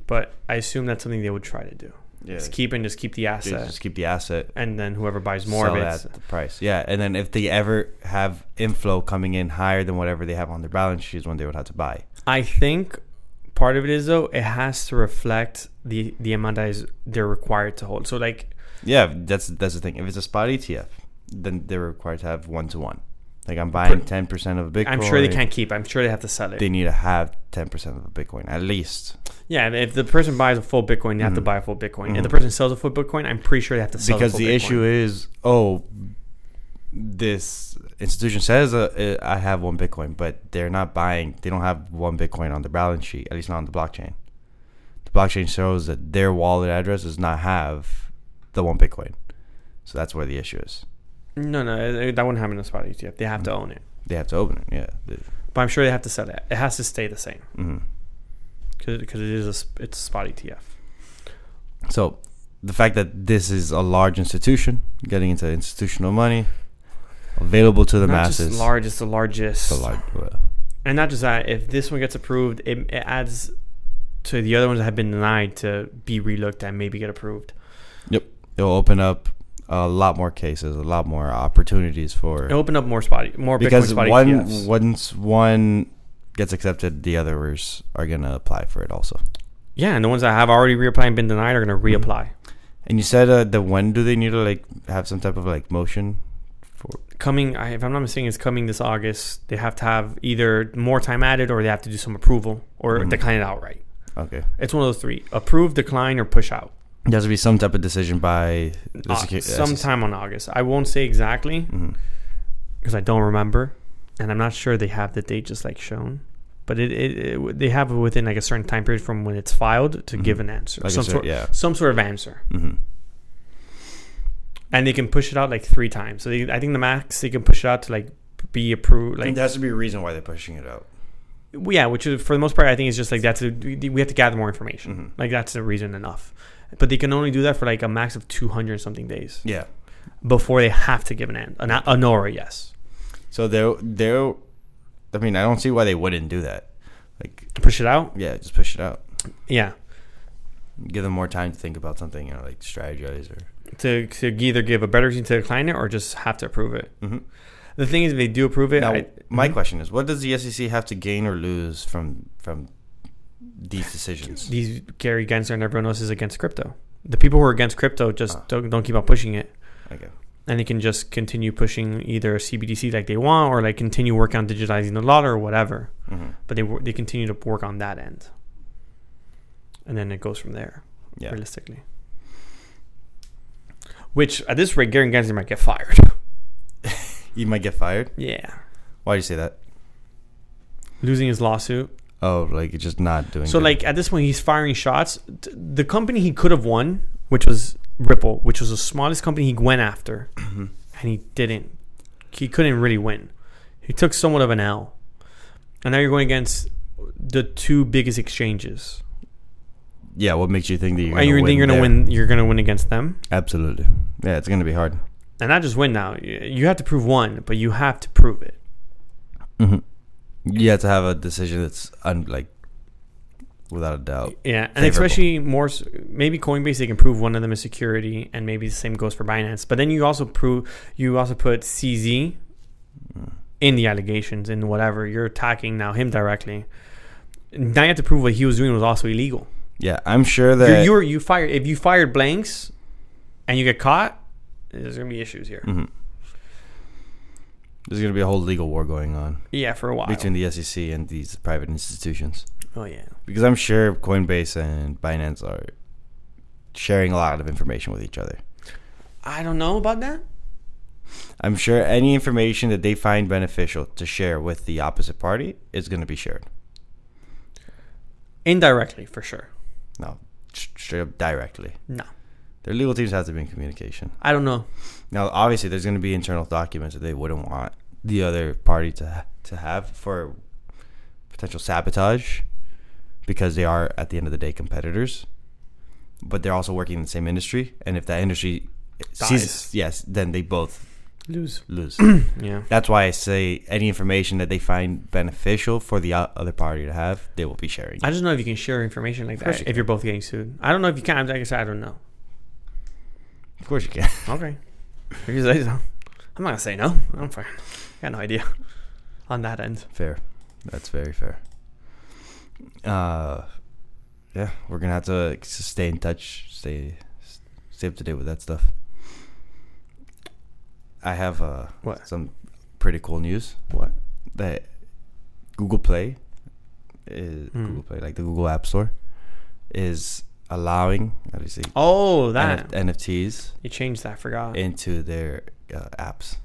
But I assume that's something they would try to do.
Yeah,
Just keep and just keep the
they
asset,
just keep the asset.
and then whoever buys
More
more
sell
of it.
it at the price. Yeah, and then if they ever have inflow coming in higher than whatever they have on their balance sheet, is when they would have to buy.
I think part of it is though it has to reflect the the amount that is they're required to hold. So like
Yeah, that's that's the thing. If it's a spot ETF, then they're required to have one to one. Like I'm buying ten percent of a Bitcoin.
I'm sure they can't keep. I'm sure they have to sell it.
They need to have ten percent of a Bitcoin at least.
yeah, and if the person buys a full Bitcoin, they have to
Mhm.
buy a full Bitcoin.
Mhm.
If the person sells a full Bitcoin, I'm pretty sure they have to sell
because
a full
the
Bitcoin.
issue is oh this institution says uh, uh, i have one bitcoin but they're not buying they don't have one bitcoin on their balance sheet at least not on the blockchain the blockchain shows that their wallet address does not have the one bitcoin so that's where the issue is Mm-hmm.
No, no, eh, that wouldn't happen in a spot ETF. They have to own it,
They have to open it. Yeah.
but I'm sure they have to sell it. It has to stay the same
hmm
because it is a sp- it's a spot E ETF.
So the fact that this is a large institution getting into institutional money available to the
not
masses.
just large, it's the largest.
It's a large.
And not just that, if this one gets approved, it, it adds to the other ones that have been denied to be relooked at, maybe get approved.
It'll open up a lot more cases, a lot more opportunities for
It opened up more spot, more Bitcoin
because
spot E
one
ETFs.
once one gets accepted, the others are gonna apply for it also.
Yeah, and the ones that have already reapplied and been denied are going to
Mhm.
reapply.
And you said uh, the when do they need to like have some type of like motion for?
Coming, I, if I'm not mistaken, it's coming this August. They have to have either more time added or they have to do some approval or
Mhm.
decline it outright.
Okay,
It's one of those three: approve, decline, or push out.
there has to be some type of decision by the
Uh,
secu-
sometime on August. I won't say exactly
Mhm.
because I don't remember, and I'm not sure they have the date just like shown. But it, it, it they have within like a certain time period from when it's filed to give
Mhm.
an answer,
Like I
some
said,
sort,
yeah.
some sort of answer,
hmm
and they can push it out like three times. So they, I think the max they can push it out to like be approved, like
there has to be a reason why they're pushing it out.
Well, Yeah, which is, for the most part, I think is just like that's a, we have to gather more information.
Mhm.
Like that's the reason enough. But they can only do that for like a max of two hundred something days
Yeah.
before they have to give an an, an, a no or a yes.
So they're they're. I mean, I don't see why they wouldn't do that. Like,
Push it out.
yeah, just push it out.
Yeah,
Give them more time to think about something or like strategize or.
to to either give a better reason to decline it or just have to approve it.
Mhm.
The thing is, if they do approve it.
Now,
I-
my
Mhm.
question is, what does the SEC have to gain or lose from from these decisions?
these Gary Gensler and everyone else is against crypto. The people who are against crypto just
Ah.
don't don't keep on pushing it.
Okay.
and they can just continue pushing either CBDC like they want, or like continue working on digitizing the lot or whatever.
Mhm.
But they wor- they continue to work on that end, and then it goes from there.
Yeah.
realistically. Which at this rate, Gary Gensler might get fired.
You might get fired.
yeah,
Why do you say that?
losing his lawsuit.
Oh, like you're just not doing.
So
good.
like at this point, he's firing shots. T- The company he could have won, which was Ripple, which was the smallest company he went after,
Mhm.
and he didn't. He couldn't really win. He took somewhat of an L, and now you're going against the two biggest exchanges,
yeah. What makes you think that you're
and
going
you're, gonna-
to win?
you're gonna
there?
win. You're gonna win against them,
Absolutely. Yeah, it's gonna be hard.
and not just win. Now Y- you have to prove one, but you have to prove it.
Mm-hmm. You have to have a decision that's un- like without a doubt.
Yeah, and
Favorable.
especially more s- maybe Coinbase they can prove one of them is security, and maybe the same goes for Binance. But then you also prove you also put CZ
Mm.
in the allegations in whatever you're attacking now him directly. Now you have to prove what he was doing was also illegal.
Yeah, I'm sure
You're-
that.
you're, you fired if you fired blanks, and you get caught. There's gonna be issues here.
Mhm. There's gonna be a whole legal war going on
Yeah, for a while.
between the SEC and these private institutions.
oh yeah,
because I'm sure Coinbase and Binance are sharing a lot of information with each other.
I don't know about that.
I'm sure any information that they find beneficial to share with the opposite party is going to be shared.
Indirectly, for sure.
No, s- straight up directly.
No,
Their legal teams have to be in communication.
I don't know.
Now, obviously, there's going to be internal documents that they wouldn't want the other party to ha- to have for potential sabotage, because they are at the end of the day competitors, but they're also working in the same industry, and if that industry
Dies.
ceases, yes, then they both
Lose.
lose.
Yeah.
That's why I say any information that they find beneficial for the o- other party to have, they will be sharing.
I just know if you can share information like
Of course
that
you
if you're both getting sued. I don't know if you can. Like I said, I don't know.
Of course, you can.
Okay. If you say so. I'm not gonna say no. I'm fine. Got no idea on that end.
fair. That's very fair. Uh, yeah, we're gonna have to like, s- stay in touch, stay s- stay up to date with that stuff. I have uh
What?
some pretty cool news
What?
that Google Play is
Hmm.
Google Play, like the Google App Store, is allowing obviously
Oh, that
NF- NFTs
you changed that. I forgot.
into their uh, apps,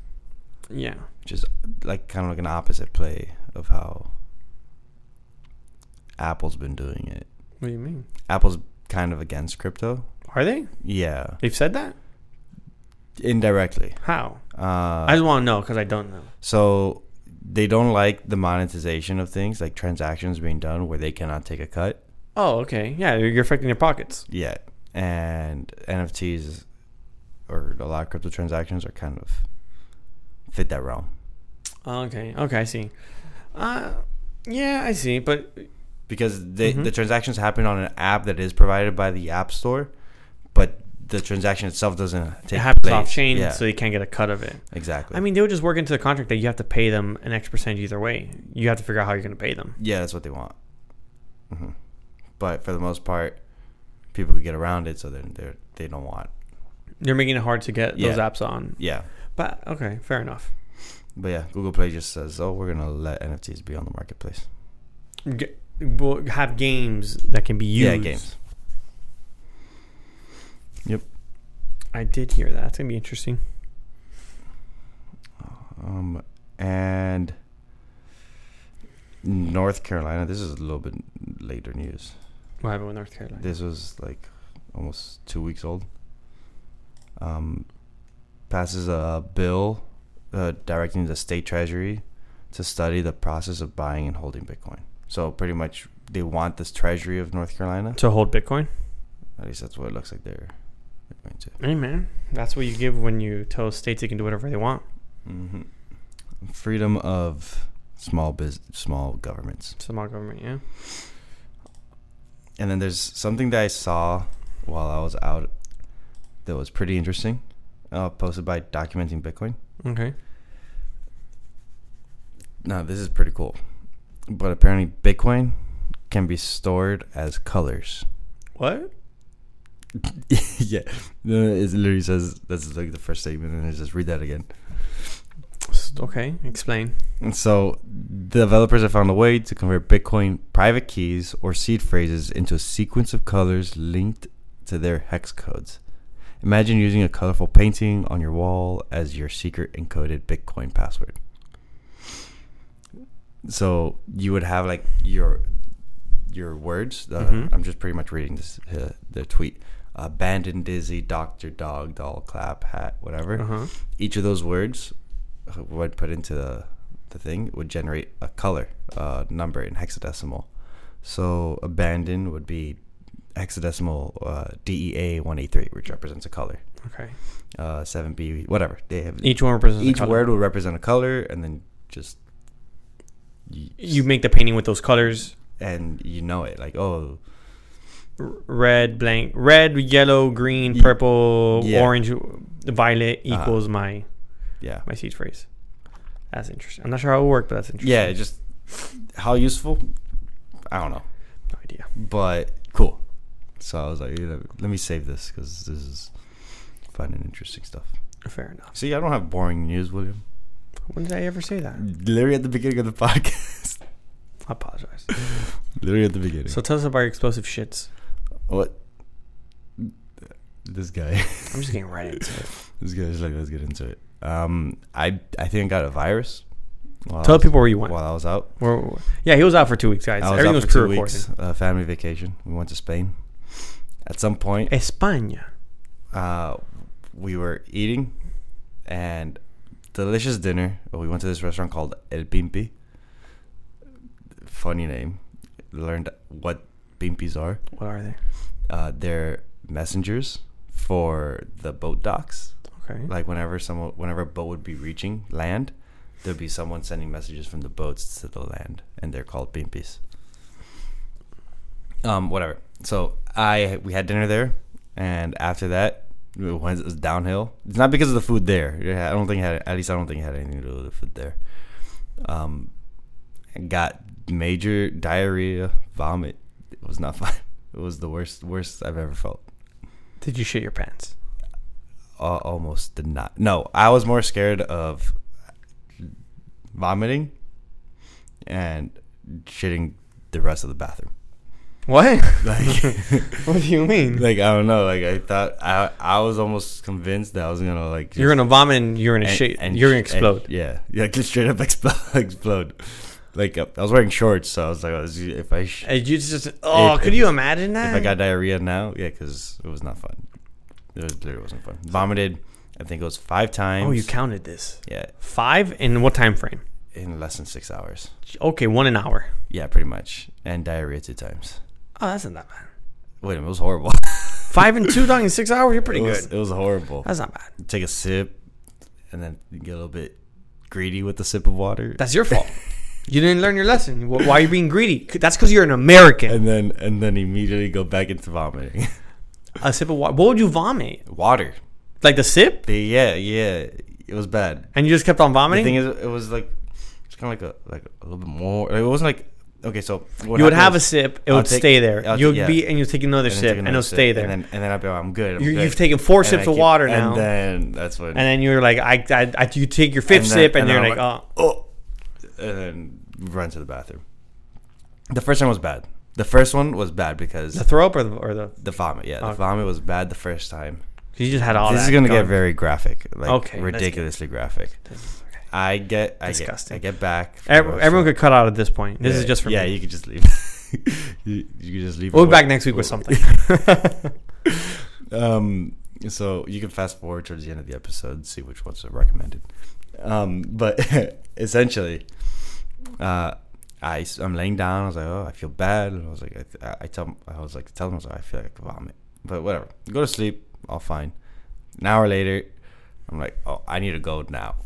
yeah.
which is like kind of like an opposite play of how Apple's been doing it.
What do you mean?
Apple's kind of against crypto.
Are they?
Yeah,
They've said that.
indirectly.
How?
Uh,
I just want to know because I don't know.
So they don't like the monetization of things, like transactions being done where they cannot take a cut
Oh, okay. Yeah, you're you're affecting your pockets.
yet. And NFTs or a lot of crypto transactions are kind of fit that realm.
Oh, okay. Okay, I see. Uh, yeah, I see. But
Because they,
Mhm.
the transactions happen on an app that is provided by the App Store, but the transaction itself doesn't take
it happens
place.
off chain,
Yeah,
so you can't get a cut of it.
exactly.
I mean, they would just work into the contract that you have to pay them an X percentage either way. You have to figure out how you're going to pay them.
Yeah, that's what they want. hmm But for the most part, people could get around it, so then they are they don't want.
They're making it hard to get those
Yeah.
apps on.
Yeah,
But okay, fair enough.
but yeah, Google Play just says, "Oh, we're gonna let NFTs be on the marketplace."
G- we'll have games that can be used.
Yeah, games.
I did hear that. It's going to be interesting.
Um, and North Carolina. This is a little bit later news.
What happened with North Carolina?
This was like almost two weeks old. Um, passes a bill uh, directing the state treasury to study the process of buying and holding Bitcoin. So pretty much, they want this treasury of North Carolina.
to hold Bitcoin?
At least that's what it looks like they're they're going to.
Hey, man. That's what you give when you tell states they can do whatever they want.
Mm-hmm. Freedom of small biz, small governments.
It's the mock government, yeah.
And then there's something that I saw while I was out that was pretty interesting, uh, posted by documenting Bitcoin.
Okay.
No, this is pretty cool. But apparently, Bitcoin can be stored as colors.
What?
yeah, No, no, it literally says that's like the first statement, and I just read that again.
S- Okay, explain.
And so, developers have found a way to convert Bitcoin private keys or seed phrases into a sequence of colors linked to their hex codes. Imagine using a colorful painting on your wall as your secret encoded Bitcoin password. So you would have like your your words. Uh,
Mhm.
I'm just pretty much reading this uh, the tweet. Abandoned, dizzy, doctor, dog, doll, clap, hat, whatever
Uh huh.
each of those words uh, would put into the, the thing would generate a color uh, number in hexadecimal so abandon would be hexadecimal uh, dea 183 which represents a color
Okay.
uh, 7b whatever they have
Each one represents a
each
color.
word will represent a color and then just
You make the painting with those colors:
and you know it like oh
R- red, blank, red, yellow, green,
Ye-
purple,
yeah.
orange, violet
Uh-huh.
equals my
yeah
my seed phrase. That's interesting. I'm not sure how it worked, but that's interesting.
yeah it just how useful i don't know
no idea.
but cool. So I was like, you know, let me save this because this is fun and interesting stuff.
Fair enough.
See, I don't have boring news, William.
When did I ever say that?
Literally at the beginning of the podcast.
I apologize.
Literally at the beginning.
so tell us about your explosive shits.
what? This guy.
I'm just getting right into it.
This guy's like, let's get into it. Um, I I think I got a virus. while I
Tell
was-
people where you went.
While I was out,
Where- where- yeah, he was out for two weeks, guys.
I was
Everything
out
was
for two
pre-recorded.
weeks. Uh, family vacation. We went to Spain. At some point,
España.
uh, we were eating and delicious dinner. We went to this restaurant called El Pimpi. Funny name. Learned what pimpis are.
What are they?
Uh, they're messengers for the boat docks.
Okay.
Like whenever someone, whenever a boat would be reaching land, there'd be someone sending messages from the boats to the land, and they're called pimpis. Um, whatever. So I we had dinner there, and after that, it was it was downhill. It's not because of the food there. Yeah, I don't think it had at least I don't think it had anything to do with the food there. Um, I got major diarrhea, vomit. It was not fun. It was the worst worst I've ever felt
Did you shit your pants?
uh, almost did not. No, I was more scared of vomiting and shitting the rest of the bathroom.
What?
Like,
what do you mean?
like I don't know. Like I thought, I I was almost convinced that I was gonna like
you're gonna vomit and you're gonna
and-
shit
and
you're gonna
sh-
explode.
and- yeah, yeah, just straight up explode. explode. Like uh, I was wearing shorts, so I was like, oh, this- if I sh-
And you just oh,
If-
could
if-
you imagine
if
that?
I got diarrhea now, yeah, because it was not fun. It was, literally wasn't fun. Vomited, Everything goes five times.
Oh, you counted this.
Yeah,
Five in what time frame?
in less than six hours.
Okay, one an hour.
Yeah, pretty much. And diarrhea two times.
Oh, that's not that bad.
Wait a minute, it was horrible.
Five and two, dog, in six hours, you're pretty
it was,
good.
It was horrible.
That's not bad.
Take a sip, and then you get a little bit greedy with the sip of water.
That's your fault. you didn't learn your lesson. Wh- Why are you being greedy? C- That's because you're an American.
and then and then immediately go back into vomiting.
A sip of water. What would you vomit?
water.
Like the sip?
The, yeah, yeah. It was bad.
And you just kept on
The
vomiting?
thing is, it was like it's kind of like a like a little bit more. Like, it wasn't like okay. So what
you would
happened
have a
was-
sip, it
I'll
would
take-
stay there.
I'll
you would
take- yeah.
be, and you'd take another
and then
sip,
take
and
another
it'll
sip,
stay there.
And then, and then I'd be like, I'm good. I'm
You-
good.
you've taken four
And I
sips of
keep-
water
and
now.
then that's when.
And then you're like, I, I, I you take your fifth
And then-
sip, and,
and then
you're like,
I'm
oh,
oh, and then run to the bathroom. The first one was bad. The first one was bad because
the throw up or the, or the
the vomit. Yeah, the
Okay.
vomit was bad the first time.
you just had all
this
is
is gonna get very graphic, like
Okay, let's get-
ridiculously graphic. I get, I
Disgusting.
get, I get back. from
Everyone,
the
could
restaurant.
cut out at this point. This
yeah,
is just for
yeah.
me.
You could just leave. you, you could just leave.
we'll
it
be
where-
back next week with something.
um, so you can fast forward towards the end of the episode and see which ones are recommended. Um, but essentially, uh, I s- I'm laying down. I was like, oh, I feel bad. And I was like, I, th- I tell I was like, tell them I was like, I feel like I could vomit. But whatever, go to sleep. All fine. An hour later, I'm like, oh, I need to go now.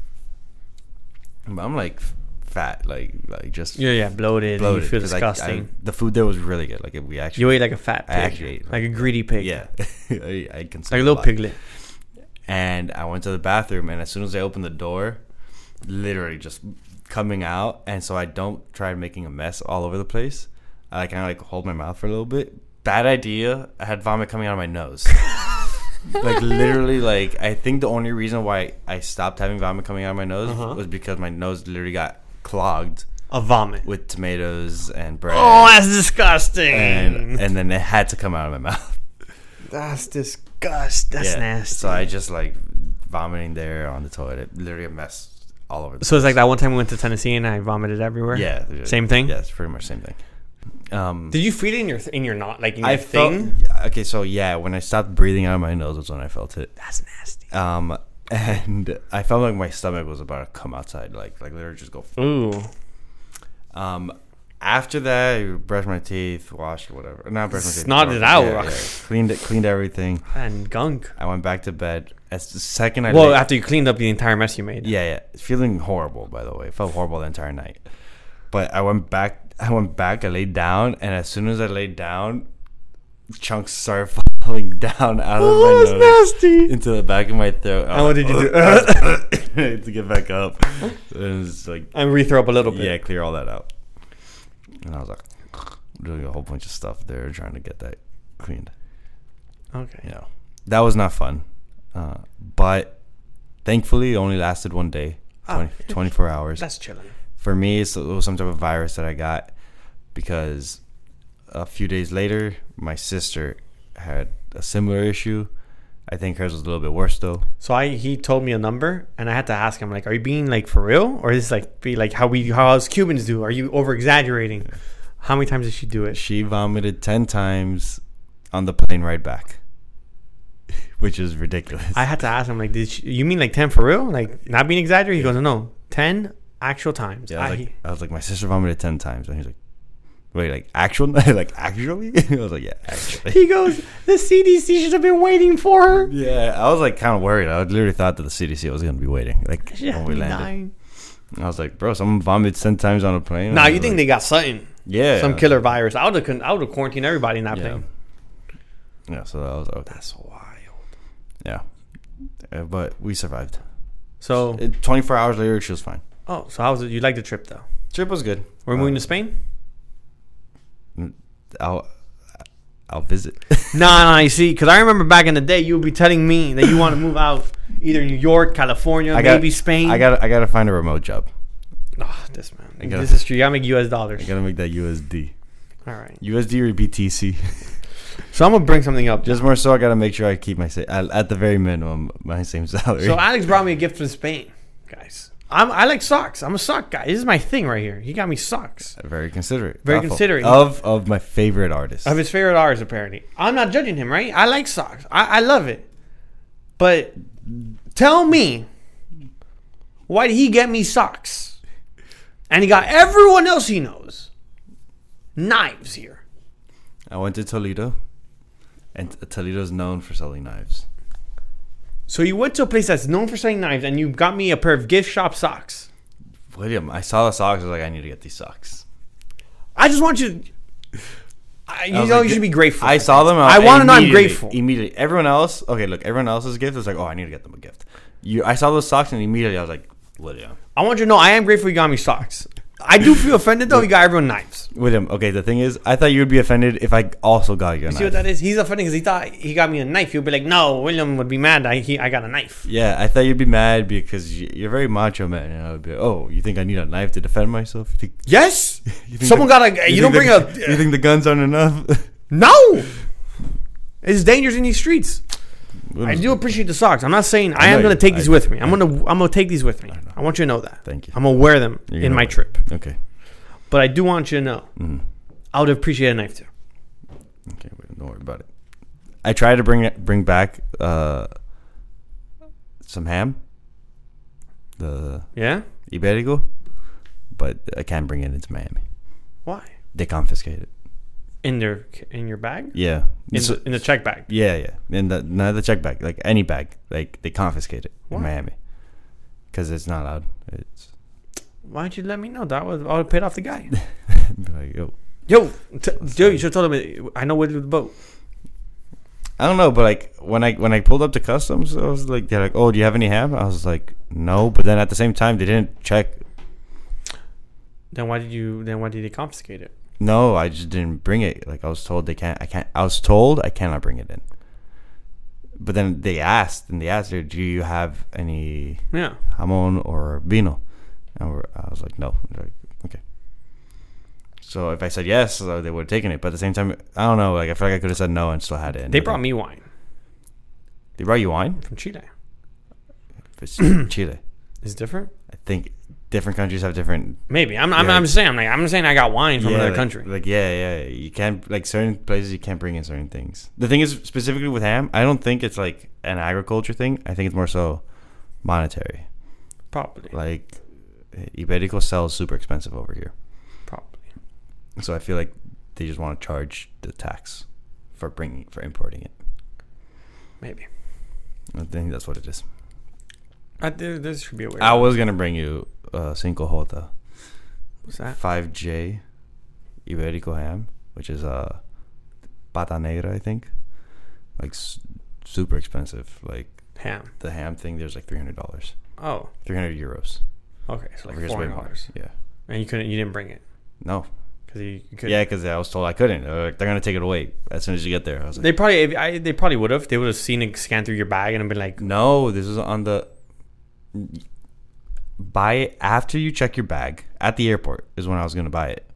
But I'm like f- fat, like like just
yeah, yeah, bloated.
bloated,
you feel
'cause I- I-
disgusting.
the food there was really good. Like we actually
you ate like a fat
I
pig,
actually ate
like,
like-
a greedy pig.
yeah, I, I consider
like a
it
little
lot.
piglet.
And I went to the bathroom, and as soon as I opened the door, literally just coming out. And so I don't try making a mess all over the place. I kind of like hold my mouth for a little bit. Bad idea. I had vomit coming out of my nose. like literally, like I think the only reason why I stopped having vomit coming out of my nose
Uh-huh.
was because my nose literally got clogged
A vomit.
with tomatoes and bread.
Oh, that's disgusting.
and and then it had to come out of my mouth.
that's disgust. That's
Yeah.
nasty.
So I just like vomiting there on the toilet, literally a mess all over. The
So it's like that one time we went to Tennessee and I vomited everywhere.
Yeah,
Same thing?
Yeah, it's pretty much same thing. Um,
Did you feel it in your in your not like in your
I felt
thing?
okay. So yeah, when I stopped breathing out of my nose was when I felt it.
That's nasty.
Um, and I felt like my stomach was about to come outside, like like literally just go.
Ooh.
Um, after that, I brushed my teeth, washed whatever. Not brushed my teeth.
Snotted it
washed-
out.
yeah, yeah. Cleaned it. Cleaned everything.
And gunk.
I went back to bed. As the second I
Well,
laid-
after you cleaned up the entire mess you made.
Yeah, yeah. Feeling horrible, by the way. Felt horrible the entire night. But I went back. I went back. I laid down, and as soon as I laid down, chunks started falling down out of
Oh,
my
that's
nose
nasty.
into the back of my throat.
And what did you do?
do to get back up? And it's like
And rethrow up a little bit.
yeah, clear all that out. And I was like doing a whole bunch of stuff there, trying to get that cleaned
Okay.
you know, that was not fun. Uh, but thankfully, it only lasted one day,
Ah,
20,
yeah.
24 hours.
That's chilling.
For me, it's, it was some type of virus that I got because a few days later, my sister had a similar issue. I think hers was a little bit worse though.
So I he told me a number and I had to ask him like, are you being like for real or is this like be like how we how us Cubans do? Are you over exaggerating? How many times did she do it?
She vomited 10 times on the plane ride back, which is ridiculous.
I had to ask him like, did she, you mean like ten for real? Like not being exaggerated? He goes, no, ten actual times.
Yeah, I
I-
was, like, I was like, my sister vomited ten times, and he's like, wait, like actual, like actually? I was like, yeah, actually.
he goes, the CDC should have been waiting for her.
yeah, I was like kind of worried. I literally thought that the CDC was gonna be waiting, like
She had
when we landed.
nine.
I was like, bro, someone vomited ten times on a plane.
Nah,
I
you
was
think they
like,
got something?
yeah
Some killer virus. I would have con- I would have quarantined everybody in that
Yeah.
plane.
Yeah, so I was like, okay.
That's wild.
yeah, Uh, but we survived.
So
It- Twenty-four hours later, she was fine.
oh, so how was it? You like the trip though?
Trip was good. Uh,
We're moving to Spain.
I'll I'll visit.
Nah, nah, you see, because I remember back in the day, you would be telling me that you want to move out either New York, California,
I got-
maybe Spain.
I got I gotta find a remote job.
oh, this man.
I gotta-
this is true. You gotta make U.S.
I
dollars.
gotta make that USD,
All right.
USD or BTC.
So I'm gonna bring something up.
Just more so, I gotta make sure I keep my sa- at at the very minimum my same salary.
So Alex brought me a gift from Spain, guys. I'm, I like socks. I'm a sock guy. This is my thing right here. He got me socks
very considerate,
Very
thoughtful.
considerate.
of of my favorite artist.
of his favorite artists. Apparently, I'm not judging him. Right? I like socks. I, I love it. But Tell me, why did he get me socks? And he got everyone else he knows knives here.
I went to Toledo, and Toledo's known for selling knives.
So you went to a place that's known for selling knives, and you got me a pair of gift shop socks.
William, I saw the socks. I was like, I need to get these socks.
I just want you. I, you
I
know,
was
you
like,
should be grateful.
I saw them.
I wanna know I'm
immediately-
grateful.
Immediately, everyone else. Okay, look, everyone else's gift was like, oh, I need to get them a gift. You, I saw those socks, and immediately I was like, William,
I want you to know I am grateful you got me socks. I do feel offended though. You got everyone knives.
William. Okay, the thing is, I thought you would be offended if I also got you a
See what
knife.
that is? He's offended because he thought he got me a knife. He'll be like, "No, William would be mad. I he, I got a knife."
Yeah, I thought you'd be mad because you- you're very macho man, and I would be, oh, you think I need a knife to defend myself? You think,
Yes.
you think
Someone
the-
got a. You, don't bring
think the-
a.
You think the guns aren't enough?
no. It's dangerous in these streets. I
William's
do
like,
appreciate the socks. I'm not saying I,
I
am
know
going
you-
to take
I
these
do.
with me. I'm
I
going to I'm going to take these with me.
know.
I want you to know that.
Thank you.
I'm going to wear them
You're
in
gonna
my
wear
trip.
okay.
But I do want you to know
Mhm.
I would appreciate a knife too.
Okay, wait, don't worry about it. I tried to bring it, bring back uh, some ham, the
Yeah?
iberico, but I can't bring it into Miami.
Why?
They confiscate it.
In their in your bag?
Yeah,
In,
So-
the, in the check bag.
yeah, yeah. And the, not the check bag, like any bag, like they confiscate it
Why?
in Miami because it's not allowed. It's
Why didn't you let me know? That was I would have paid off the guy.
be like, yo.
Yo, t- yo, you should have told him. I know where the boat.
I don't know, but like when I when I pulled up to customs, I was like, they're like, oh, do you have any ham? I was like, no. But then at the same time, they didn't check
Then why did you? Then why did he confiscate it?
No, I just didn't bring it. Like I was told they can't. I can't. I was told I cannot bring it in. But then they asked, and they asked her, "Do you have any
Yeah.
jamon or vino?" And we're, I was like, "No." They're like, okay. So if I said yes, uh, they would have taken it. But at the same time, I don't know. Like I feel like I could have said no and still had it. And
They brought me wine
They brought you wine.
from Chile.
If It's Chile.
Is it different?
I think different countries have different
Maybe. I'm. I'm,
Yeah.
I'm saying. I'm like. I'm saying. I got wine from another
like,
country.
Like yeah, yeah, you can't like certain places you can't bring in certain things. The thing is specifically with ham, I don't think it's like an agriculture thing. I think it's more so monetary.
probably.
Like Iberico sells super expensive over here,
Probably.
so I feel like they just want to charge the tax for bringing for importing it.
Maybe.
I think that's what it is.
I, there, there should be a way.
I was gonna bring you uh, cinco jota
What's that?
five J Iberico ham, which is uh, pata negra, I think. Like s- super expensive. Like
Ham.
the ham thing, there's like three hundred dollars,
Oh.
three hundred euros.
Okay. So
I
like
forget
four
what it
dollars.
was. Yeah.
And you couldn't. You didn't bring it
No.
because you, you
Yeah,
could.
'cause Yeah, because I was told I couldn't. They're, like, they're gonna take it away as soon as you get there. I was like,
They probably. if I, they probably would have. They would have seen it scan through your bag and been like,
no, this is on the. Buy it after you check your bag at the airport is when I was gonna buy it.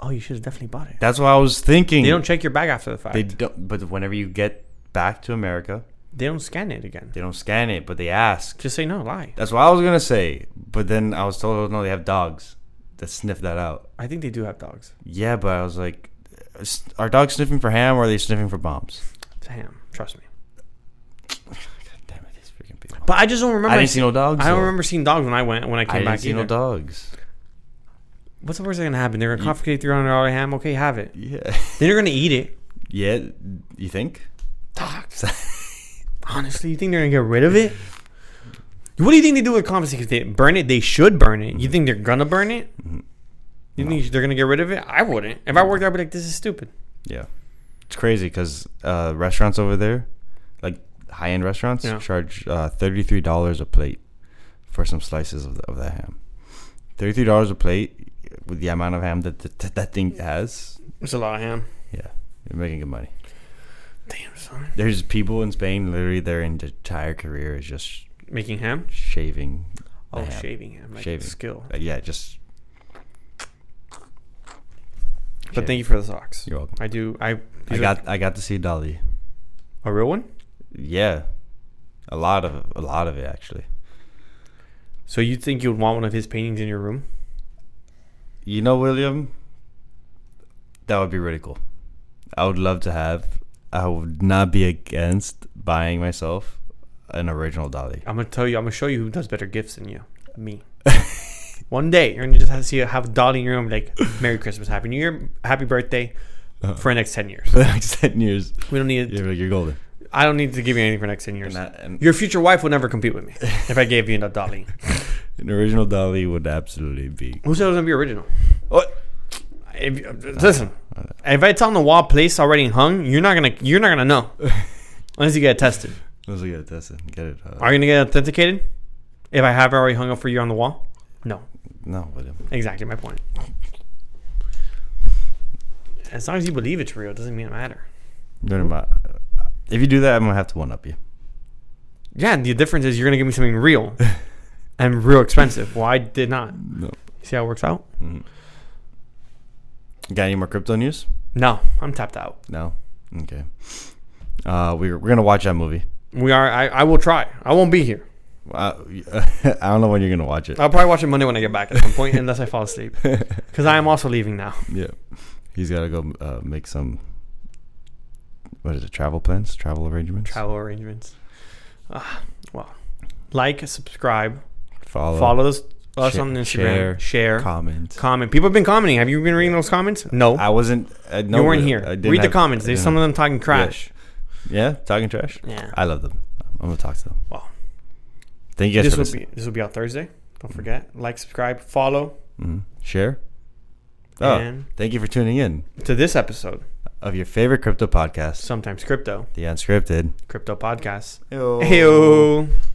"Oh, you should have definitely bought it."
That's what I was thinking.
They don't check your bag after the fact.
They
They,
don't. But whenever you get back to America,
don't scan it again.
They don't scan it, but they ask.
Just say no. Lie.
That's what I was gonna say, but then I was told, no, they have dogs that sniff that out.
I think they do have dogs.
Yeah, but I was like, "Is- are dogs sniffing for ham or are they sniffing for bombs?
It's a ham. Trust me.
God damn it, these freaking people!
But I just don't remember.
I didn't see no dogs.
I don't
though.
remember seeing dogs when I went when I came
I
back.
didn't see
either.
no dogs.
What's the worst that's gonna happen? They're gonna
You-
confiscate three hundred dollar ham. Okay, have it.
Yeah,
Then you're gonna eat it.
yeah. You think?
Dogs. Honestly, you think they're gonna get rid of it? What do you think they do with confiscate? They burn it. They should burn it. You think they're gonna burn it?
Mm-hmm.
You think they're gonna get rid of it? I wouldn't. If I worked there, I'd be like, "This is stupid."
Yeah, it's crazy because uh, restaurants over there, like high end restaurants,
Yeah.
charge uh, thirty three dollars a plate for some slices of, the, of that ham. Thirty three dollars a plate with the amount of ham that that, that, that thing has.
It's a lot of ham.
Yeah, you're making good money.
Damn, son.
There's people in Spain literally their entire career is just sh-
Making ham.
shaving. the
Oh,
ham.
shaving ham. Like
Shaving.
skill.
Uh, yeah, just.
But thank you for the socks.
You're welcome.
I do. I.
I got I got to see Dolly.
a real one.
Yeah, a lot of a lot of it actually.
So you think you would want one of his paintings in your room?
You know, William, that would be really cool. I would love to have. I would not be against buying myself an original dolly.
I'm gonna tell you. I'm gonna show you who does better gifts than you. Me. One day you're gonna just have to see have a dolly in your room. Like, Merry Christmas, Happy New Year, Happy Birthday, for the next ten years.
For the next ten years,
We don't need.
you're, you're golden.
I don't need to give you anything for the next ten years.
And that, and
Your future wife will never compete with me if I gave you a dolly.
an original dolly would absolutely be.
Who said it was gonna be original?
What?
If, uh, listen, if it's on the wall, place already hung, you're not gonna you're not gonna know unless you get it tested.
Let's get it tested. Get it. Uh,
Are you gonna get authenticated? If I have it already hung up for you on the wall? No.
no, but um,
Exactly my point. As long as you believe it's real, it doesn't mean it matter.
doesn't ma- uh, If you do that, I'm gonna have to one up you.
Yeah, and the difference is you're gonna give me something real and real expensive. Why did not?
No.
You see how it works out?
Mhm. Got any more crypto news?
No, I'm tapped out.
No. Okay. Uh, we're we're gonna watch that movie.
We are. I, I will try. I won't be here.
Uh, I don't know when you're gonna watch it.
I'll probably watch it Monday when I get back at some point, unless I fall asleep. Because I am also leaving now.
Yeah, he's got to go uh, make some. What is it? Travel plans, travel arrangements.
Travel arrangements. Ah, well, like, subscribe,
Follow.
follow us, us
Share-
on Instagram, share,
share, Comment.
comment. People have been commenting. Have you been reading those comments? No,
I wasn't. I, no,
you weren't
I
here.
didn't
Read the
have-
comments.
I
There's
didn't
some of them talking trash.
have- Yeah, talking trash.
Yeah.
I love them. I'm gonna talk to them.
Wow.
Thank you guys
this
for
will
listening.
be this will be out Thursday.
Mm-hmm.
Don't forget, like, subscribe, follow,
Mhm. Share. Oh,
and
thank you for tuning in
to this episode.
of your favorite crypto podcast,
Sometimes crypto,
The Unscripted. Oh.
crypto podcasts.
Ew.
Heyo.